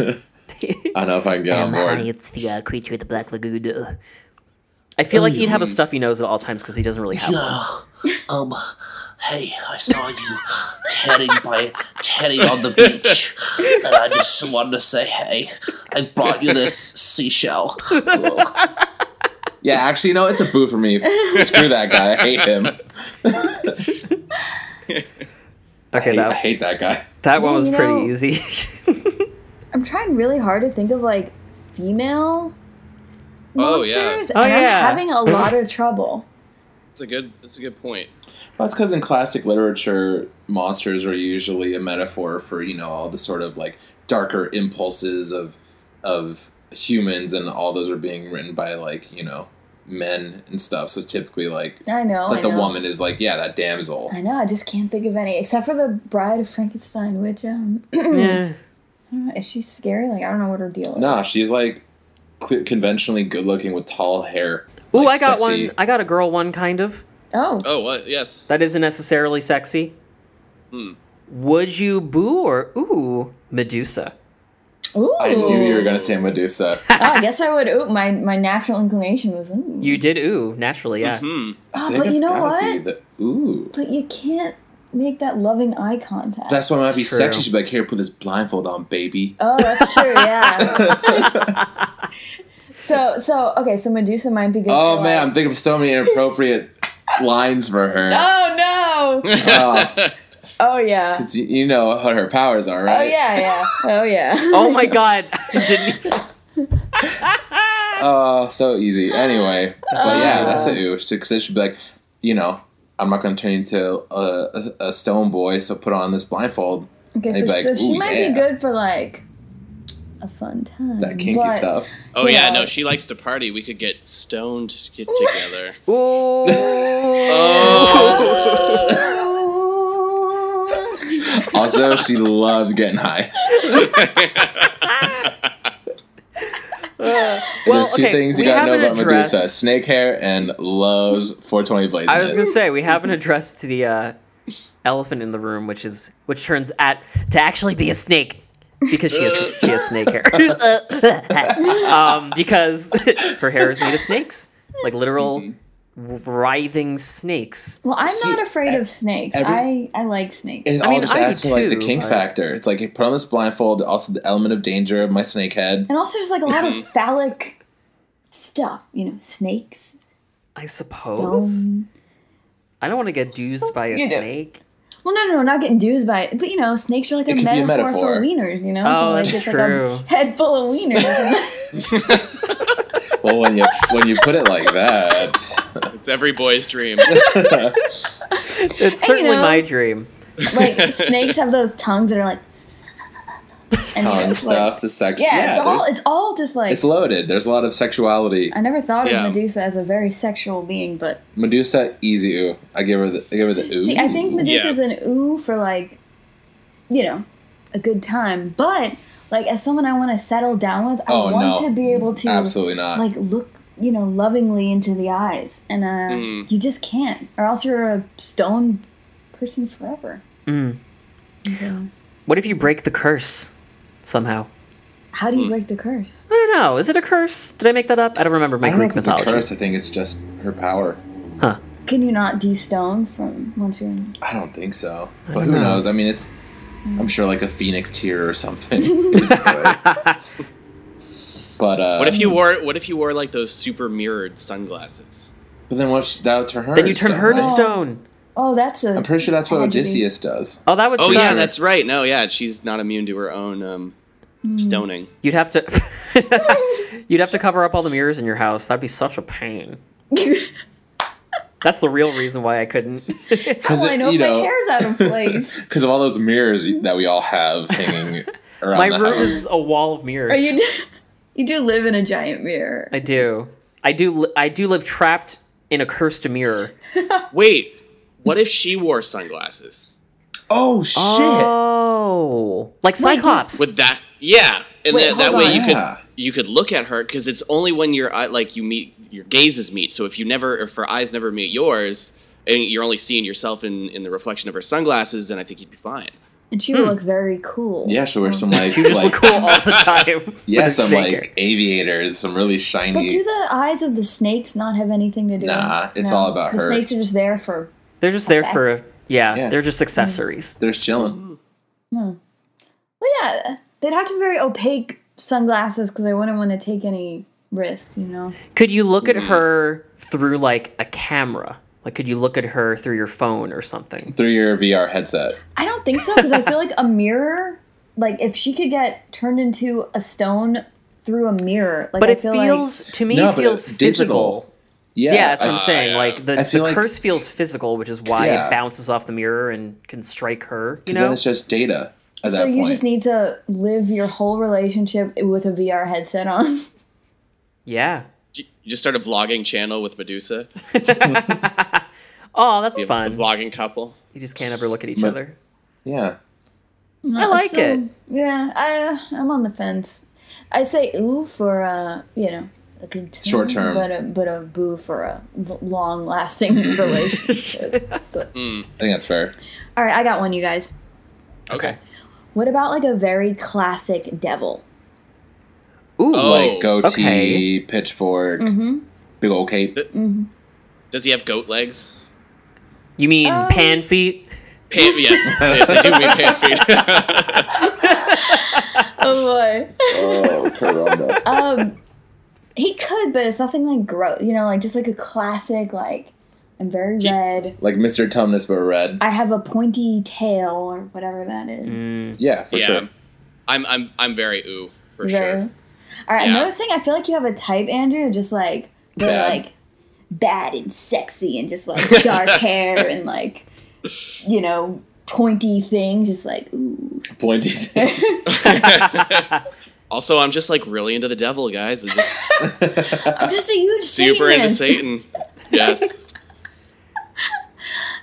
S3: I don't know if I can get on
S4: Hi,
S3: board.
S4: it's the uh, creature of the Black Lagoon. Oh, I feel like he'd have a stuffy nose at all times because he doesn't really have one.
S6: Um, hey, I saw you tanning by tanning on the beach, and I just wanted to say, hey, I brought you this seashell. Ugh.
S3: Yeah, actually, you know, it's a boo
S4: <laughs>
S3: for me. Screw that guy. I hate him.
S4: Okay,
S3: I
S4: that,
S3: hate that guy.
S4: that one
S1: Man,
S4: was
S1: you
S4: pretty
S1: know-
S4: easy.
S1: I'm trying really hard to think of like female
S5: oh yeah,
S1: monsters,
S4: Oh,
S1: and
S4: yeah.
S1: I'm having a lot of trouble.
S5: that's a good that's a good point.
S3: That's because in classic literature, monsters are usually a metaphor for you know all the sort of like darker impulses of of humans, and all those are being written by like you know men and stuff. So it's typically like
S1: I know.
S3: that
S1: Oh, I
S3: the
S1: know.
S3: woman is like yeah that damsel.
S1: I know. I just can't think of any except for the Bride of Frankenstein, which um, <clears throat>
S4: yeah.
S1: is she scary? Like I don't know what her deal is.
S3: Nah, she's like cl- conventionally good looking with tall hair.
S4: Ooh, I
S3: like,
S4: got
S3: sexy.
S4: one. I got a girl one, kind of.
S1: Oh,
S5: Oh what? Yes.
S4: That isn't necessarily sexy.
S3: Hmm.
S4: Would you boo or ooh Medusa?
S1: ooh.
S3: I knew you were gonna
S4: <laughs>
S3: say Medusa.
S4: Ah,
S1: oh, I guess I would. Ooh, my my natural inclination was. Ooh.
S4: You did ooh naturally, yeah.
S3: Mm-hmm.
S5: Hmm.
S1: oh,
S3: think
S1: but
S3: it's
S1: you know
S3: gotta be
S1: what?
S3: the- ooh.
S1: But you can't make that loving eye contact.
S3: That's why it might be
S4: True.
S3: sexy. She'd be like, here, put this blindfold
S1: <laughs>
S3: on, baby.
S1: oh, that's true.
S3: <laughs>
S1: Yeah. so so okay. So Medusa might be good.
S3: Oh
S1: for,
S3: man, I'm
S1: like-
S3: thinking of so many inappropriate lines for her.
S1: <laughs> Oh
S3: <laughs>
S1: no.
S3: Uh,
S1: Oh yeah.
S3: 'cause you, you know what her powers are,
S1: Oh
S3: right?
S1: yeah yeah. Oh yeah.
S4: <laughs> Oh my god! <laughs> I Didn't e-
S3: <laughs> Oh, so easy. Anyway, so yeah, that's a
S1: Uh.
S3: ooh. Because they should be like, you know, I'm not gonna turn you into a, a, a stone boy, so put on this blindfold.
S1: Okay,
S3: They'd
S1: so,
S3: be like,
S1: so she
S3: "Ooh,
S1: might
S3: yeah."
S1: be good for like a fun time.
S3: That kinky
S1: but- <laughs>
S3: stuff.
S5: Oh yeah,
S1: Yeah.
S5: no, she likes to party. We could get stoned to
S4: <laughs>
S5: get together.
S4: ooh.
S3: Oh! Also, she loves getting high.
S4: Well,
S3: There's two
S4: okay,
S3: things you
S4: we
S3: gotta know
S4: haven't
S3: about Medusa:
S4: addressed-
S3: snake hair and loves 420 blazing.
S4: I was
S3: it.
S4: gonna say we haven't addressed the uh, elephant in the room, which is which turns at to actually be a snake because she has she has snake
S3: <laughs>
S4: hair. <laughs> um, because <laughs> her hair is made of snakes, like literal
S3: Mm-hmm.
S4: writhing snakes.
S1: Well, I'm
S3: See, e-
S1: not afraid of snakes. I, I like snakes.
S3: It
S4: I
S3: all
S4: mean,
S3: just
S4: I
S3: adds
S4: do
S3: to like the
S4: too,
S3: kink
S4: but-
S3: factor. It's like you put on this blindfold, also the element of danger of my snake head.
S1: and also, there's like a lot of
S3: Mm-hmm.
S1: phallic stuff. You know, snakes,
S4: I suppose.
S1: stones.
S4: I don't want to get dused by a
S3: You do.
S4: snake.
S1: Well, no, no, no, not getting dues by it, but you know, snakes are like a
S3: could be
S1: metaphor,
S3: a
S1: for
S3: metaphor.
S1: wieners. You know,
S4: Oh,
S1: like,
S4: that's
S1: it's
S4: true.
S1: like a head full of wieners. <laughs>
S3: <laughs>
S1: and-
S3: Well, when you when you put it
S1: <laughs>
S3: like that, um,
S5: It's every boy's
S4: <laughs>
S5: dream.
S4: It's certainly
S1: know-
S4: my dream.
S1: like
S5: <laughs>
S1: snakes have those tongues that are like. And it's
S3: tongue
S1: just like-
S3: stuff, the sex,
S1: yeah, it's all
S3: there's-
S1: it's all just like
S3: it's loaded. There's a lot of sexuality.
S1: I never thought
S5: Yeah.
S1: of Medusa as a very sexual being, but
S3: Medusa, easy ooh. I give her the I give her the ooh.
S1: see, I think Medusa's
S5: Yeah.
S1: an ooh for like, you know, a good time. But like, as someone I want to settle down with, I
S3: Oh,
S1: want
S3: no.
S1: to be able to
S3: absolutely not.
S1: like look, you know, lovingly into the eyes, and uh,
S5: Mm.
S1: you just can't, or else you're a stone person forever.
S3: Mm.
S4: What if you break the curse somehow?
S1: How do
S3: Mm.
S1: you break the curse?
S4: I don't know. Is it a curse? Did I make that up? I don't remember my
S3: I don't know
S4: Greek
S3: if it's a
S4: mythology.
S3: curse. I think it's just her power.
S4: Huh.
S1: Can you not de-stone from once you're? in-
S3: I don't think so. But who knows? I mean, it's.
S1: Mm.
S3: I'm sure like a phoenix tear or <laughs> something. uh, but uh,
S5: What if you wore? What if you wore like those super mirrored sunglasses?
S3: But then what's that to her?
S4: Then you
S3: is
S4: turn
S3: done,
S4: her to
S3: right?
S4: stone.
S1: Oh, that's a. <laughs>
S3: I'm pretty sure that's what
S1: Tragedy.
S3: Odysseus does.
S4: Oh, that would.
S5: Oh yeah,
S4: suck.
S5: that's right. No, yeah, she's not immune to her own um,
S4: Hmm.
S5: stoning.
S4: You'd have to. <laughs> you'd have to cover up all the mirrors in your house. That'd be such a pain. That's the real reason why I couldn't.
S1: How will
S3: it-
S1: Oh, I know if
S3: you
S1: my
S3: know-
S1: hair's out of
S3: <laughs>
S1: place?
S3: Because of all those mirrors that we all have hanging around
S4: my
S3: the
S4: room
S3: house.
S4: is a wall of mirrors.
S1: Or you do, you do live in a giant mirror.
S4: I do. I do. Li- I do live trapped in a cursed mirror.
S5: Wait, what if she wore sunglasses?
S3: oh shit!
S4: Oh, like Cyclops.
S5: With that, yeah, and
S1: Wait,
S5: that, that
S1: hold
S5: way
S1: on.
S5: you
S3: Yeah.
S5: could you could look at her because it's only when your eye like you meet your gazes meet. So if you never, if her eyes never meet yours, and you're only seeing yourself in in the reflection of her sunglasses, then I think you'd be fine.
S1: And she would look very cool.
S3: Hmm. yeah, she'll wear some like,
S4: you <laughs> just <laughs>
S3: like
S4: look cool all the time.
S3: yeah,
S4: with a
S3: some
S4: snake hair.
S3: like aviators, some really
S1: But do
S3: shiny.
S1: the eyes of the snakes not have anything to do?
S3: Nah, it's all about
S1: the
S3: her.
S1: snakes are just there for.
S4: They're just there for. Yeah,
S3: Yeah.
S4: they're just accessories.
S3: They're just chilling.
S1: Well, yeah, they'd have to be very opaque sunglasses because I wouldn't want to take any risk, you know.
S4: Could you look at her through like a camera? Like, could you look at her through your phone or something?
S3: Through your VR headset.
S1: I don't think so because I feel like a mirror, like if she could get turned into a stone through a mirror, like
S4: But
S1: I
S4: it
S1: feel
S4: feels to me
S3: No,
S4: it
S3: but
S4: feels
S3: it's
S4: physical.
S3: digital. Yeah,
S4: Yeah, that's what
S3: I-
S5: Uh,
S4: I'm saying. Like the,
S3: I feel
S4: the
S3: like-
S4: curse feels physical, which is why
S3: Yeah.
S4: it bounces off the mirror and can strike her. You
S3: 'cause
S4: know,
S3: then it's just data
S1: like
S3: at
S1: so
S3: that
S1: you
S3: point.
S1: just need to live your whole relationship with a VR headset on.
S4: yeah.
S5: You just start a vlogging channel with Medusa,
S4: Oh, that's
S5: the, the
S4: fun.
S5: vlogging couple.
S4: You just can't ever look at each
S3: But-
S4: other.
S3: yeah.
S4: I like
S1: So,
S4: it.
S1: Yeah, I I'm on the fence. I say ooh for uh you know a good time,
S3: Short term.
S1: but a but a boo for a long
S3: <laughs>
S1: lasting relationship. But-
S3: I think that's fair.
S1: all right, I got one, you guys.
S5: Okay.
S1: What about like a very classic devil?
S4: Ooh,
S5: Oh.
S3: like goatee,
S4: okay.
S3: pitchfork,
S1: Mm.
S3: big old cape.
S5: <laughs> Does he have goat legs?
S4: you mean
S1: Um,
S4: pan feet?
S1: <laughs>
S5: Pan- yes, yes, they do mean pan feet.
S1: Oh boy.
S3: oh, corona.
S1: Um, he could, but it's nothing like gross. You know, like just like a classic like I'm very red.
S3: like Mr. Tumnus but red.
S1: I have a pointy tail or whatever that is.
S3: Yeah, <laughs> for
S5: yeah,
S3: sure.
S5: I'm I'm I'm very ooh for
S1: Very-
S5: sure.
S1: All right,
S5: Yeah.
S1: another thing. I feel like you have a type, Andrew. Just like really
S3: Bad.
S1: like bad and sexy, and just like
S3: <laughs>
S1: dark hair and like you know pointy thing. Just like ooh. <laughs>
S3: Pointy thing.
S5: Also, I'm just like really into the devil, guys. I'm just
S1: <laughs> I'm just a huge
S5: super into
S1: Satanist.
S5: Satan.
S1: <laughs>
S5: Yes.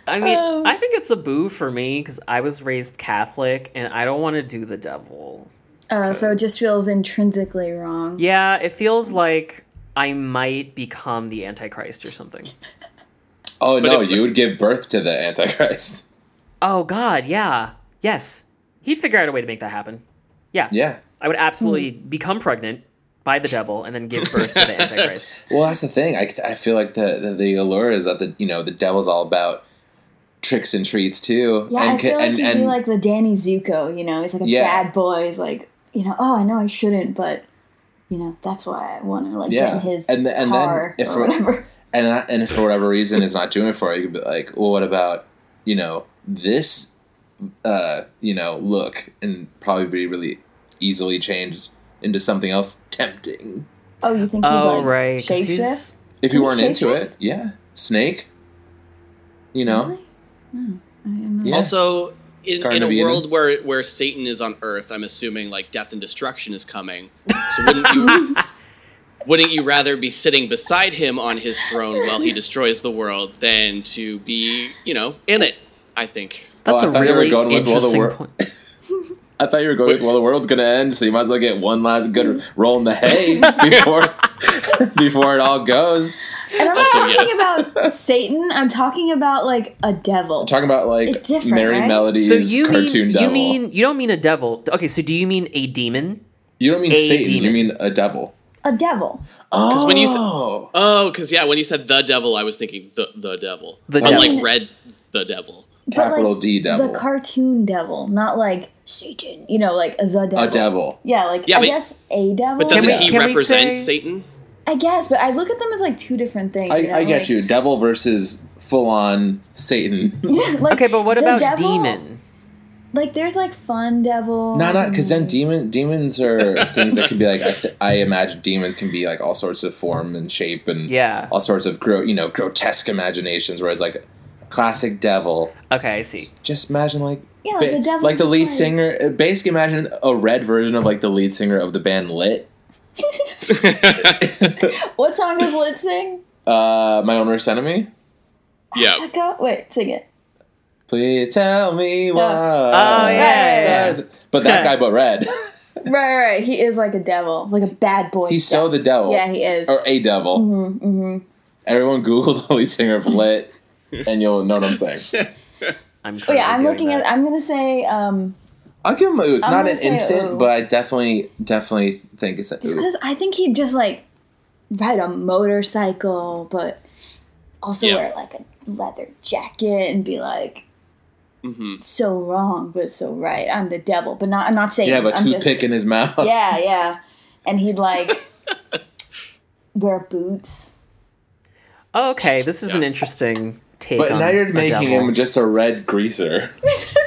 S4: I mean,
S1: um,
S4: I think it's a boo for me because I was raised Catholic and I don't want to do the devil.
S1: Uh, so it just feels intrinsically wrong.
S4: Yeah, it feels like I might become the Antichrist or something.
S3: Oh no,
S5: it-
S3: you would give birth to the Antichrist. <laughs>
S4: Oh God, yeah, yes. He'd figure out a way to make that happen. Yeah.
S3: Yeah.
S4: I would absolutely
S1: Hmm.
S4: become pregnant by the devil and then give
S1: <laughs>
S4: birth to the Antichrist.
S3: Well, that's the thing. I, I feel like the, the the allure is that the you know the devil's all about tricks and treats too.
S1: Yeah,
S3: and
S1: I
S3: ca-
S1: feel like
S3: and,
S1: he'd
S3: and
S1: be like the Danny Zuko, you know? He's like a
S3: Yeah.
S1: bad boy. He's like, you know, oh, I know I shouldn't, but, you know, that's why I want to, like,
S3: Yeah.
S1: get in his
S3: And the- and then
S1: car
S3: if
S1: or
S3: we're-
S1: whatever.
S3: <laughs>
S1: <laughs>
S3: and I- and if for whatever reason it's not doing it for you, you could be like, well, what about you know this uh you know look and probably be really easily changed into something else tempting
S1: Oh, you think he'd,
S4: oh,
S1: like,
S4: right. 'cause
S1: shapeshift?
S4: he's-
S3: if
S1: Can
S3: you
S1: you
S3: weren't into
S1: shapeshift?
S3: it. Yeah, snake. You know,
S1: Really? No, I don't know.
S3: Yeah.
S5: Also, in,
S3: Garden
S5: in
S3: of
S5: a
S3: Eden.
S5: world where where Satan is on Earth, I'm assuming like death and destruction is coming. So wouldn't
S4: <laughs>
S5: you wouldn't you rather be sitting beside him on his throne while
S4: <laughs>
S5: he destroys the world than to be you know in it? I think.
S4: That's
S3: Oh, I
S4: a
S3: thought you were
S4: really
S3: going with all the
S4: interesting
S3: wor-
S4: point.
S3: I thought you were going with, well, the world's gonna end, so you might as well get one last good roll in
S4: <laughs>
S3: the hay before <laughs> before it all goes.
S1: And I'm not
S5: Also,
S1: talking
S5: yes.
S3: <laughs>
S1: about Satan. I'm talking about like a devil.
S3: Talking about like
S1: It's different,
S3: Mary
S1: right?
S3: Melody's
S4: So you mean
S3: cartoon devil.
S4: you mean you don't mean a devil? Okay, so do you mean a demon?
S3: You don't mean
S4: a
S3: Satan, you
S4: demon.
S3: mean a devil.
S1: a devil.
S3: Oh,
S5: when you s- Oh, because yeah, when you said the devil, I was thinking the the devil,
S4: The
S5: but
S4: devil.
S5: like red the devil.
S3: capital D devil,
S1: The cartoon devil, not like Satan. You know, like the devil.
S3: a devil.
S1: Yeah, like
S5: Yeah,
S1: I
S5: but-
S1: guess a devil.
S5: But doesn't
S4: we-
S5: he
S4: can we
S5: represent
S4: say-
S5: Satan?
S1: I guess, but I look at them as like two different things.
S3: I,
S1: you know,
S3: I get
S1: like-
S3: you. Devil versus full on
S1: <laughs>
S3: Satan.
S1: like,
S4: Okay, but what
S1: the
S4: about
S1: devil-
S4: demon?
S1: Like, there's like fun devil. Um,
S3: no, not because then demon demons are things that can be like I, th- I imagine demons can be like all sorts of form and shape and
S4: Yeah.
S3: all sorts of gro- you know grotesque imaginations. Whereas like classic devil,
S4: Okay, I see.
S3: just imagine like
S1: Yeah, like Oh, the devil
S3: like the
S1: is
S3: lead
S1: like-
S3: singer. uh, Basically, imagine a red version of like the lead singer of the band Lit.
S4: <laughs>
S1: What song does Lit sing?
S3: Uh, my own worst enemy.
S5: <laughs> yeah,
S1: Echo? Wait, sing it.
S3: Please tell me why.
S4: Oh yeah. yeah.
S3: But that guy,
S1: <laughs>
S3: but red. <laughs>
S1: Right, right, right. He is like a devil, like a bad boy.
S3: He's so the devil.
S1: Yeah, Mm-hmm. he is.
S3: or a devil. Everyone Google <laughs> the lead singer of Lit, and you'll know what I'm saying.
S4: <laughs> I'm
S1: Oh yeah, I'm
S4: currently
S1: looking
S4: doing
S1: at.
S4: that.
S1: I'm gonna say um,
S3: I'll give him a ooh. It's
S1: I'm
S3: not
S1: gonna
S3: an
S1: say
S3: instant,
S1: ooh.
S3: but I definitely, definitely think it's an
S1: Just
S3: ooh.
S1: because I think he'd just like ride a motorcycle, but also
S5: Yeah.
S1: wear like a leather jacket and be like
S3: Mm-hmm.
S5: Mhm.
S1: so wrong but so right. I'm the devil, but not. I'm not saying.
S3: He'd have a
S1: I'm just-
S3: toothpick in his mouth.
S1: Yeah, yeah, and he'd
S3: <laughs>
S1: like wear boots.
S4: Oh, okay, this is an
S5: Yeah.
S4: interesting take.
S3: But
S4: on
S3: now you're
S4: a
S3: making
S4: devil.
S3: him just a red greaser.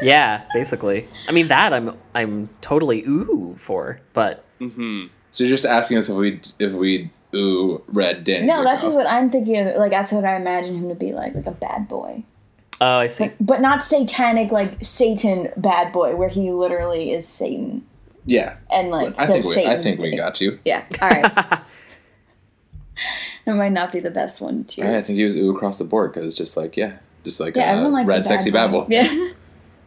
S4: Yeah, basically. I mean that I'm I'm totally ooh for, but
S3: So you're just asking us if we if we ooh red Danny.
S1: No, that's just
S3: Zuko.
S1: what I'm thinking of. Like that's what I imagine him to be like, like a bad boy,
S4: oh, I see.
S1: but not satanic, like Satan bad boy, where he literally is Satan
S3: yeah.
S1: and like
S3: I
S1: the
S3: think we
S1: Satan
S3: I think we got you.
S1: Yeah. All right. it might not be the best one. Cheers.
S3: All right, I think he was ooh across the board because just like yeah, just like
S1: yeah,
S3: uh,
S1: everyone likes a
S3: red
S1: bad
S3: sexy
S1: boy.
S3: <laughs> babble.
S1: Yeah.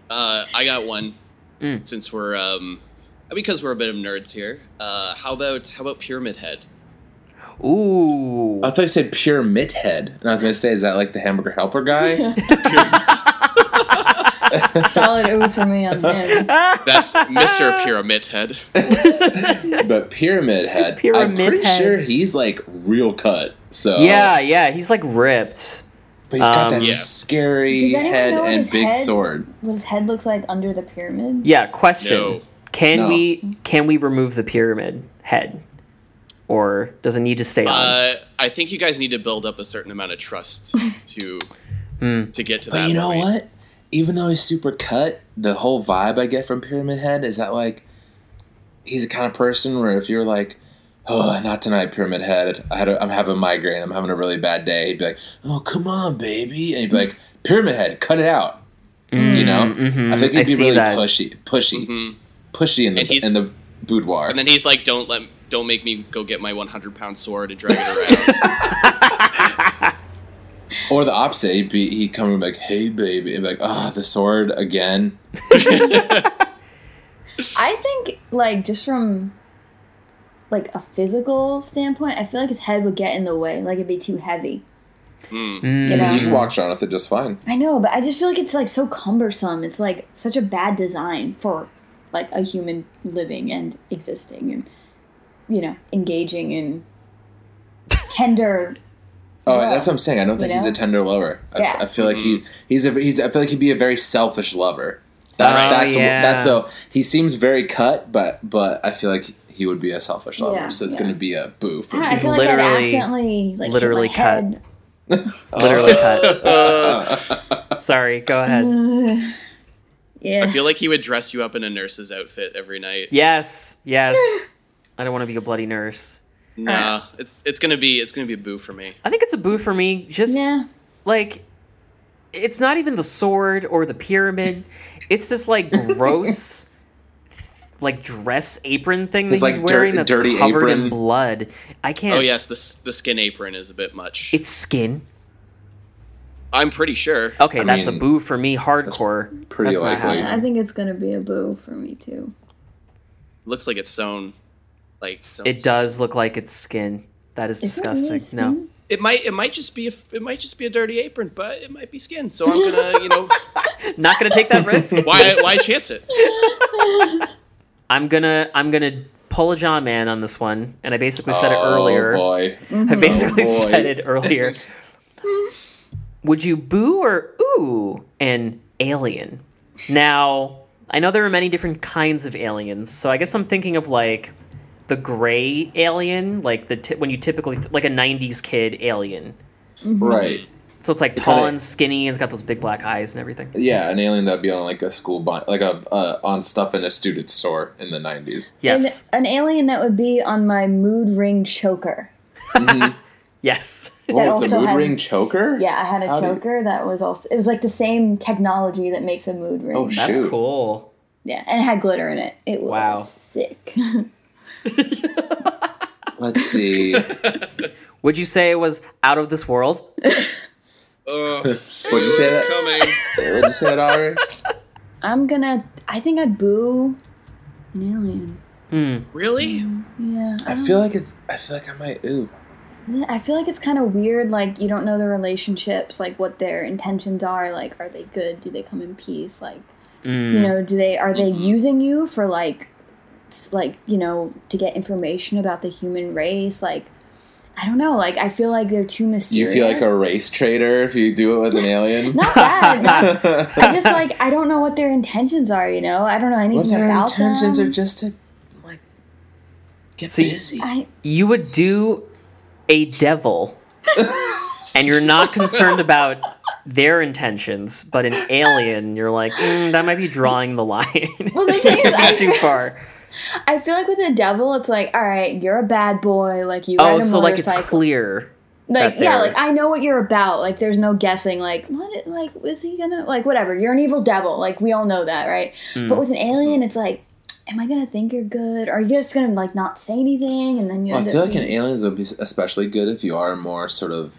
S5: uh, I got one.
S4: Mm.
S5: Since we're um, because we're a bit of nerds here, uh, how about how about Pyramid Head?
S4: Ooh.
S3: I thought you said pure mitt head, and I was gonna say, is that like the hamburger
S1: <laughs>
S3: helper guy?
S1: Solid O for me on him.
S3: <laughs>
S5: That's Mr. Pyramid Head.
S3: but pyramid head. I'm
S4: Pyramid
S3: pretty
S4: head.
S3: sure he's like real cut. So
S4: Yeah, yeah, he's like ripped.
S3: but he's got
S4: Um,
S3: that
S5: Yeah.
S3: scary
S1: Does anyone
S3: head
S1: know what
S3: and
S1: his
S3: big
S1: head-
S3: sword.
S1: What his head looks like under the pyramid.
S4: Yeah, question.
S5: No.
S4: Can
S3: No.
S4: we can we remove the pyramid head? Or does it need to stay on?
S5: Uh, I think you guys need to build up a certain amount of
S3: <laughs>
S5: trust to
S4: Hmm.
S5: to get to that.
S3: But you know
S5: point.
S3: what? Even though he's super cut, the whole vibe I get from Pyramid Head is that like he's the kind of person where if you're like, oh, not tonight, Pyramid Head, I had a, I'm having a migraine, I'm having a really bad day, he'd be like, oh, come on, baby, and he'd be like, Pyramid Head, cut it out. you know, I think
S4: Mm-hmm. Mm, I
S3: he'd be
S4: see
S3: really
S4: that.
S3: pushy, pushy, pushy in
S5: Mm-hmm. And
S3: the
S5: he's-
S3: in the boudoir.
S5: And then he's like, "Don't let, don't make me go get my 100 pound sword and drag it around."
S3: Or the opposite, he'd, be, he'd come and be like, "Hey, baby," and be like, "Ah, the sword again."
S1: I think like just from like a physical standpoint, I feel like his head would get in the way. Like it'd be too heavy. You
S3: You
S1: know?
S4: Mm-hmm.
S3: can walk around with it just fine.
S1: I know, but I just feel like it's like so cumbersome. It's like such a bad design for like a human living and existing and you know engaging in tender
S3: Oh,
S1: Yeah.
S3: that's what I'm saying. I don't think
S1: You
S3: he's
S1: know?
S3: a tender lover. I,
S1: Yeah.
S3: I feel like he's he's a, he's I feel like he'd be a very selfish lover. That's
S4: Oh,
S3: that's
S4: yeah.
S3: that's so he seems very cut, but but I feel like he would be a selfish lover.
S1: Yeah,
S3: so it's
S1: yeah.
S3: gonna be a boo
S1: I,
S3: for
S1: don't know, I
S3: me.
S4: He's
S1: feel like I'd
S4: literally-
S1: accidentally like
S4: literally
S1: hit my
S4: cut.
S1: head.
S5: <laughs>
S4: Literally cut.
S3: <laughs>
S4: Sorry, go ahead.
S1: yeah
S5: I feel like he would dress you up in a nurse's outfit every night.
S4: Yes, yes. I don't want to be a bloody nurse.
S5: Nah, it's it's gonna be it's gonna be a boo for me.
S4: I think it's a boo for me. Just
S1: yeah
S4: like it's not even the sword or the pyramid. It's this like gross like dress apron thing that
S3: It's, like,
S4: he's wearing
S3: dirt-
S4: that's
S3: dirty
S4: covered in
S3: apron.
S4: blood. I can't
S5: Oh yes, the s- the skin apron is a bit much.
S4: It's skin.
S5: I'm pretty sure.
S4: Okay,
S3: I
S4: that's a
S3: mean,
S4: boo for me hardcore.
S3: pretty
S4: That's not
S3: likely.
S4: happening.
S1: I think it's gonna be a boo for me too
S5: Looks like it's sewn. Like sewn
S4: It does look like it's skin. That is
S1: Is that
S4: disgusting.
S1: really
S4: no.
S1: skin?
S5: It might it might just be a, f- it might just be a dirty apron, but it might be skin. So I'm gonna you know
S4: Not going to take that
S3: <laughs>
S4: risk.
S5: why why chance it?
S4: I'm going to I'm going to pull a John man on this one and I basically said it
S3: Oh,
S4: earlier.
S3: boy.
S1: Mm-hmm.
S4: I basically
S3: Oh, boy.
S4: said it
S1: <laughs>
S4: earlier. Would you boo or ooh an alien? Now, I know there are many different kinds of aliens, so I guess I'm thinking of like the gray alien, like the t- when you typically like a '90s kid alien.
S3: Right.
S4: So it's like tall
S3: kinda-
S4: and skinny, and it's got those big black eyes and everything.
S3: Yeah, an alien that'd be on like a school bun like a uh, on stuff in a student store in the nineties.
S4: Yes,
S1: an, an alien that would be on my mood ring choker
S4: yes.
S1: That
S3: Oh, it's a
S1: also
S3: mood
S1: had-
S3: ring choker?
S1: Yeah, I had a
S3: How do you-
S1: choker that was also. It was like the same technology that makes a mood ring.
S3: Oh shit.
S4: That's cool.
S1: Yeah, and it had glitter in it. It was
S4: Wow.
S1: sick. <laughs>
S4: <laughs>
S3: Let's see.
S4: Would you say it was out of this world?
S5: Uh,
S3: Would you say that?
S5: coming.
S3: Would you say that already?
S1: I'm gonna. I think I'd boo an alien.
S5: Really?
S1: Yeah,
S3: I feel like it's I feel like I might ooh.
S1: Yeah, I feel like it's kind of weird. Like you don't know the relationships, like what their intentions are. Like, are they good? Do they come in peace? Like, you
S3: Hmm.
S1: know, do they are they
S3: Mm-hmm.
S1: using you for like, s- like you know, to get information about the human race? Like, I don't know. Like, I feel like they're too
S3: Do you
S1: mysterious.
S3: feel like a race traitor if you do it with an alien?
S1: not bad. <laughs>
S3: <laughs>
S1: not- I just like I don't know what their intentions are. You know, I don't know anything
S3: What their
S1: about
S3: intentions
S1: them.
S3: are just to like get
S4: So you-
S3: busy.
S1: I,
S4: you would do
S1: <laughs>
S4: a devil and you're not concerned about their intentions but an alien you're like "Mm, that might be drawing the <laughs> line
S1: well, the thing is, I,
S4: too
S1: <laughs>
S4: far
S1: I feel like with the devil, it's like, all right, you're a bad boy. Like you ride
S4: oh
S1: a
S4: so like it's
S1: motorcycle.
S4: clear
S1: like
S4: that
S1: yeah
S4: they're-
S1: like i know what you're about like there's no guessing like what like is he gonna like whatever you're an evil devil like we all know that right
S4: Mm.
S1: but with an alien it's like am i gonna think you're good or are you just gonna like not say anything and then you
S3: Well,
S1: end
S3: I feel
S1: up
S3: like an
S1: being-
S3: aliens would be especially good if you are more sort of,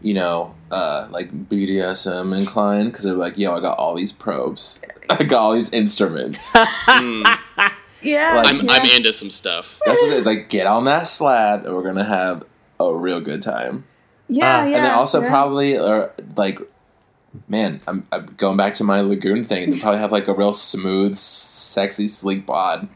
S3: you know, uh, like BDSM inclined because they're like, yo, I got all these probes, <laughs> I got all these <laughs> instruments. That's
S5: <laughs>
S1: yeah
S3: like-
S5: Hmm. I'm
S1: yeah.
S5: I'm into some stuff.
S3: what it's like. Get on that slab, and we're gonna have a real good time.
S1: yeah,
S4: Uh, and
S1: yeah
S3: and then also
S1: yeah.
S3: probably or like, man, I'm, I'm going back to my lagoon thing. They probably have like a real smooth, sexy, sleek bod.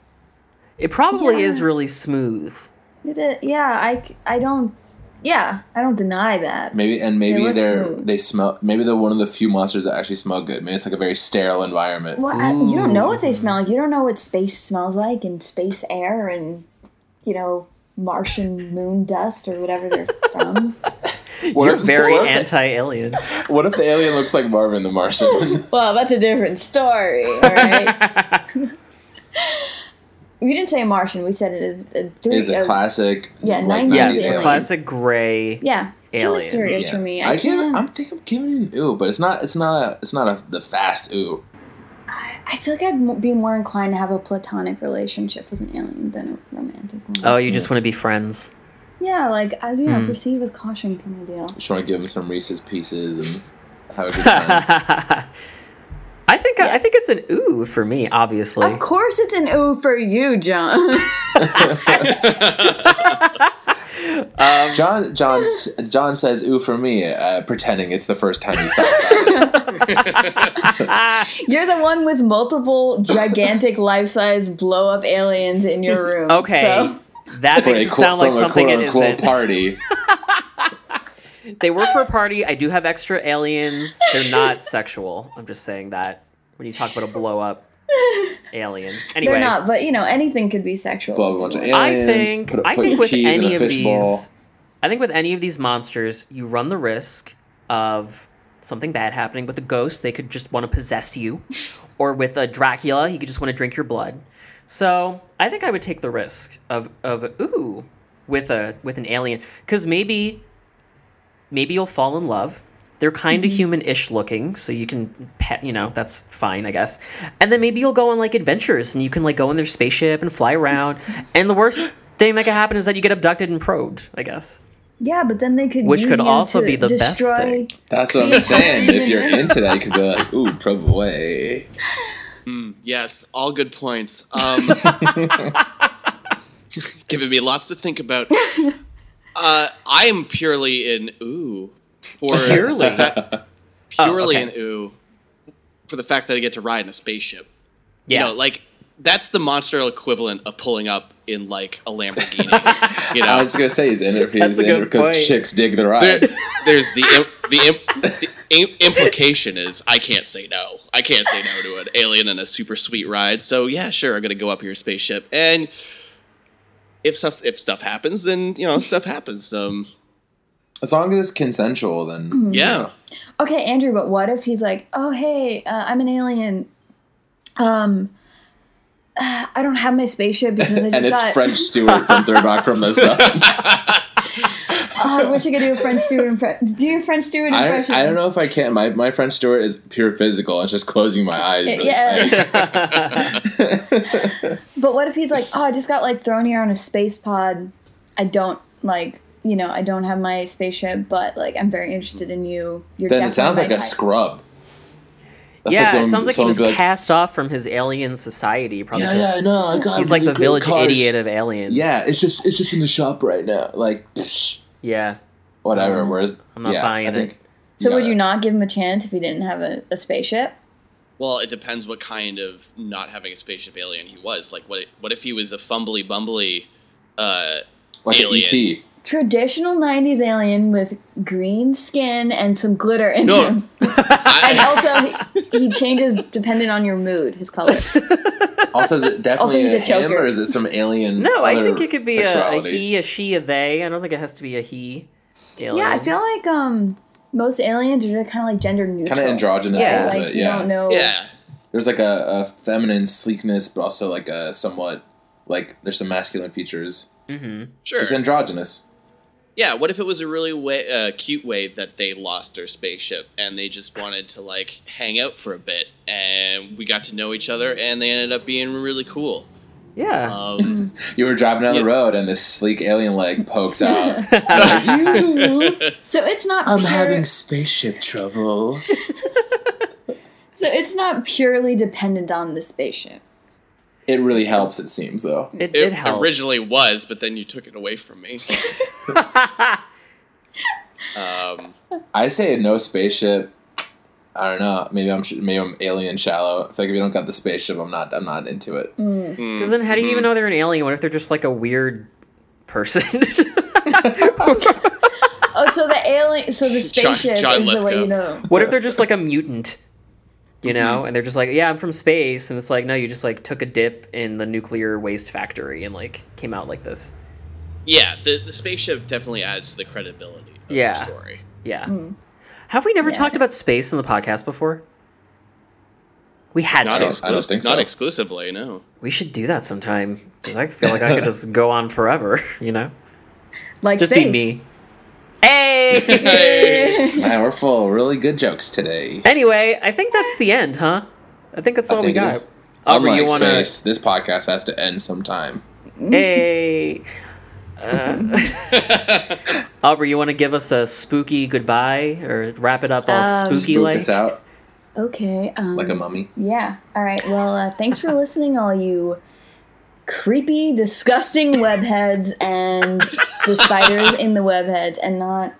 S4: it probably
S1: Yeah.
S4: is really smooth
S1: It is- yeah i c- i don't yeah i don't deny that
S3: Maybe and maybe
S1: look
S3: they are
S1: smooth.
S3: they smell. Maybe they're one of the few monsters that actually smell good. Maybe it's like a very sterile environment.
S1: well I, you don't know what they smell like you don't know what space smells like and space air and you know martian moon dust or whatever they're from
S3: What
S4: you're
S3: if-
S4: very
S3: what if-
S4: anti-alien
S3: What if the alien looks like Marvin the Martian?
S1: Well, that's a different story, all <laughs> right?
S4: <laughs>
S1: we didn't say Martian. We said it is a three.
S3: <laughs> Is a
S1: a-
S3: classic.
S1: Yeah, 90s
S3: like 90s
S4: yes
S1: Alien.
S3: alien.
S4: classic gray
S1: Yeah, too
S4: Alien,
S1: mysterious
S3: Yeah.
S1: for me.
S3: I,
S1: I
S3: give.
S1: can't.
S3: I'm
S1: i
S3: think I'm giving it an ooh, but it's not. It's not. A, it's not a the fast ooh.
S1: feel like I'd m- be more inclined to have a platonic relationship with an alien than a romantic one.
S4: oh you just want to be <laughs> friends
S1: Yeah, like I do not proceed with caution kind of deal.
S3: Just want to give him some Reese's pieces and have a
S4: <laughs>
S3: good time.
S4: I think I think it's an ooh for me, obviously.
S1: Of <laughs> course, it's an ooh for you, John.
S4: Um,
S3: John John John says "ooh" for me, uh, pretending it's the first time he's thought about it.
S1: You're the one with multiple
S4: <laughs>
S1: gigantic life size blow up aliens in your room.
S4: Okay.
S1: So
S4: That <laughs>
S3: For
S4: makes
S3: a
S4: it
S3: quote-
S4: sound like
S3: from a
S4: something it
S3: quote-unquote
S4: isn't.
S3: party.
S4: They were for a party. I do have extra aliens. They're not <laughs> sexual. I'm just saying that when you talk about a blow <laughs> up alien. Anyway,
S1: they're not, but you know, anything could be sexual.
S3: Blow up a bunch of aliens.
S4: I think
S3: put a,
S4: I
S3: put
S4: think with
S3: keys in
S4: any
S3: a
S4: of these,
S3: fishbowl.
S4: I think with any of these monsters, you run the risk of something bad happening. With a ghost, they could just want to possess you, or with a Dracula, he could just want to drink your blood. So I think I would take the risk of of ooh with a with an alien because maybe maybe you'll fall in love. They're kind of human-ish looking, so you can pet, you know, that's fine, I guess. And then maybe you'll go on like adventures and you can like go in their spaceship and fly <laughs> around. and the worst thing that could happen is that you get abducted and probed, I guess.
S1: Yeah, but then they could
S4: Which
S1: use
S4: could
S1: you
S4: also
S1: to
S4: be the best
S1: destroy
S4: thing.
S3: That's what I'm saying. If
S1: <laughs>
S3: you're into that, you could be like, "Ooh, probe away."
S5: Yes, all good points. <laughs> Um, giving me lots to think <laughs> about. Uh, I am purely in ooh, or
S4: Purely? Oh,
S5: purely
S4: okay.
S5: in ooh, for the fact that I get to ride in a spaceship.
S4: Yeah.
S5: You know, like that's the monster equivalent of pulling up in like a
S4: <laughs>
S5: Lamborghini. you know,
S3: I was gonna say he's in it. He's
S4: That's a
S3: in it
S4: good
S3: because
S4: point.
S3: chicks dig the
S5: there,
S3: ride.
S5: there's the im- the, imp, the im- implication is I can't say no. I can't say no to an alien and a super sweet ride. So yeah, sure, I'm gonna go up your spaceship. And if stuff if stuff happens, then you know stuff happens. Um,
S3: As long as it's consensual, then
S1: Mm,
S5: yeah,
S1: Okay, Andrew, but what if he's like, "Oh, hey, uh, I'm an alien. Um, uh, I don't have my spaceship because I just
S3: <laughs> and it's
S1: got.
S3: French Stewart from Third Rock from
S1: <laughs>
S3: the Sun.
S1: Oh, I wish I could
S3: <laughs>
S1: do a French steward impression. Do your French steward
S3: I don't,
S1: impression.
S3: I don't know if I can. My my French Stewart is pure physical. It's just closing my eyes. Really
S1: Yeah.
S3: tight.
S1: But what if he's like, "Oh, I just got like thrown here on a space pod. I don't like." You know, I don't have my spaceship, but like I'm very interested in you. You're
S3: Then it sounds like
S1: definitely
S3: a
S1: my type.
S3: scrub. That's
S4: yeah, it
S3: someone-
S4: sounds like he
S3: someone
S4: was
S3: be like,
S4: cast off from his alien society. Probably
S3: Yeah,
S4: 'cause
S3: yeah, no, I got.
S4: he's like the
S3: really cool
S4: village
S3: cars.
S4: idiot of aliens.
S3: Yeah, it's just it's just in the shop right now. Like psh,
S4: yeah.
S3: whatever. Whereas
S4: Um, I'm not
S3: yeah,
S4: buying
S3: I
S4: it.
S3: think
S1: So would
S3: gotta-
S1: you not give him a chance if he didn't have a, a spaceship?
S5: Well, it depends what kind of not having a spaceship alien he was. Like, what what if he was a fumbly bumbly? Uh,
S3: like E an
S5: Alien.
S3: ET?
S1: Traditional '90s alien with green skin and some glitter in
S5: No.
S1: him. And
S5: I,
S1: also, he, he changes dependent on your mood, his color.
S3: Also,
S1: <laughs>
S3: is it definitely
S1: he's
S3: a,
S1: a
S3: him
S1: choker.
S3: or is it some alien?
S4: No, I
S3: other
S4: think it could be a, a
S3: sexuality?
S4: he, a she, a they. I don't think it has to be a he. Alien.
S1: Yeah, I feel like um most aliens are kind of like gender neutral.
S3: Kind of androgynous
S4: Yeah,
S3: a little
S1: Like
S3: bit.
S1: you
S3: Yeah,
S1: don't know.
S3: <laughs>
S5: yeah,
S3: there's like a, a feminine sleekness, but also like a somewhat like there's some masculine features.
S4: Mm-hmm.
S5: sure.
S3: It's androgynous.
S5: Yeah, what if it was a really way, uh, cute way that they lost their spaceship and they just wanted to like hang out for a bit and we got to know each other and they ended up being really cool.
S4: Yeah.
S5: Um,
S3: You were driving down the
S5: Yeah.
S3: road and this sleek alien leg
S4: <laughs>
S3: pokes out.
S1: So it's not. pure-
S3: spaceship trouble.
S1: so it's not purely dependent on the spaceship.
S3: It really helps, it seems though.
S4: <clears throat>
S5: it
S4: it, it helps. <laughs>
S5: originally was, but then you took it away from me.
S4: <laughs>
S5: um,
S3: I say no spaceship. I don't know. Maybe I'm sh- maybe I'm alien shallow. I feel like if you don't got the spaceship, I'm not I'm not into it.
S1: Mm.
S5: hmm.
S4: Because then, how do you even know they're an alien? What if they're just like a weird person? <laughs>
S1: Oh, so the alien. So the
S5: John-
S1: spaceship
S5: John
S1: is the way
S5: Lithgow.
S1: you know.
S4: what if they're just like a mutant? You know, and they're just like, yeah, I'm from space, and it's like, no, you just like took a dip in the nuclear waste factory and like came out like this.
S5: yeah, the, the spaceship definitely adds to the credibility of
S4: Yeah.
S5: the story.
S4: Yeah. Have we never
S1: Hmm. Yeah.
S4: talked about space in the podcast before? We had
S5: Not,
S4: to.
S3: ex- I don't
S5: exclus-
S3: think
S5: not
S3: so.
S5: exclusively,
S4: <laughs>
S5: no.
S4: we should do that sometime because I feel like I <laughs> could just go on forever. You know,
S1: Like
S4: just
S1: space. <laughs>
S4: be me. <laughs> Hey.
S3: Man, we're full of really good jokes today.
S4: anyway, I think that's the end, huh? I think that's all we
S3: think it
S4: got.
S3: is.
S4: Aubrey, you
S3: Unlike
S4: want to?
S3: space, this podcast has to end sometime.
S4: Hey. Uh, <laughs> Aubrey, you want to give us a spooky goodbye or wrap it up all
S1: Um,
S4: spooky
S3: Spook
S4: like?
S3: us out
S1: Okay. Um,
S3: like a mummy.
S1: Yeah. All right. Well, uh, thanks for listening, all you creepy, disgusting webheads and the spiders in the webheads, and not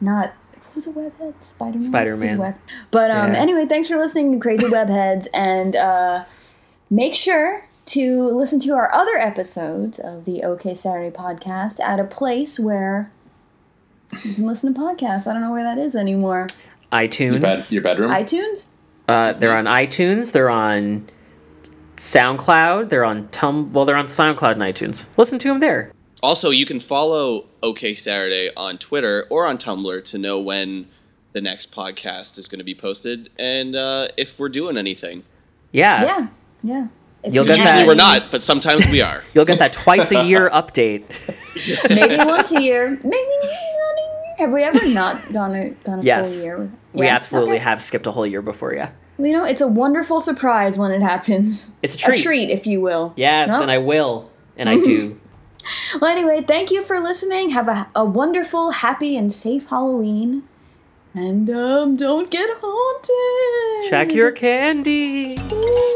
S1: not who's a webhead? Spider Man.
S4: Spider-Man.
S1: But um,
S4: Yeah.
S1: anyway, thanks for listening to Crazy Webheads, and uh, make sure to listen to our other episodes of the OK Saturday podcast at a place where you can listen to podcasts. I don't know where that is anymore.
S4: iTunes.
S3: Bed, your bedroom?
S1: iTunes.
S4: Uh, they're on iTunes. They're on SoundCloud. They're on Tum. Well, they're on SoundCloud and iTunes. Listen to them there.
S5: Also, you can follow OK Saturday on Twitter or on Tumblr to know when the next podcast is going to be posted and uh, if we're doing anything.
S4: Yeah.
S1: yeah, yeah. If
S4: You'll
S1: you
S4: get
S1: have
S4: that-
S5: Usually
S1: any-
S5: we're not, but sometimes we are.
S4: You'll get that twice a
S3: <laughs>
S4: year update.
S1: Maybe once a <laughs> year. Maybe not a year. Have we ever not done a done a
S4: Yes.
S1: full year? with-
S4: We
S1: Yeah?
S4: absolutely
S1: Okay.
S4: have skipped a whole year before, yeah.
S1: You know, it's a wonderful surprise when it happens.
S4: It's a treat.
S1: a treat, if you will.
S4: Yes,
S1: No? Mm-hmm.
S4: and I will. And I do.
S1: Well, anyway, thank you for listening. Have a, a wonderful, happy, and safe Halloween. And um, don't get haunted. <laughs>
S4: Check your candy.
S1: Ooh.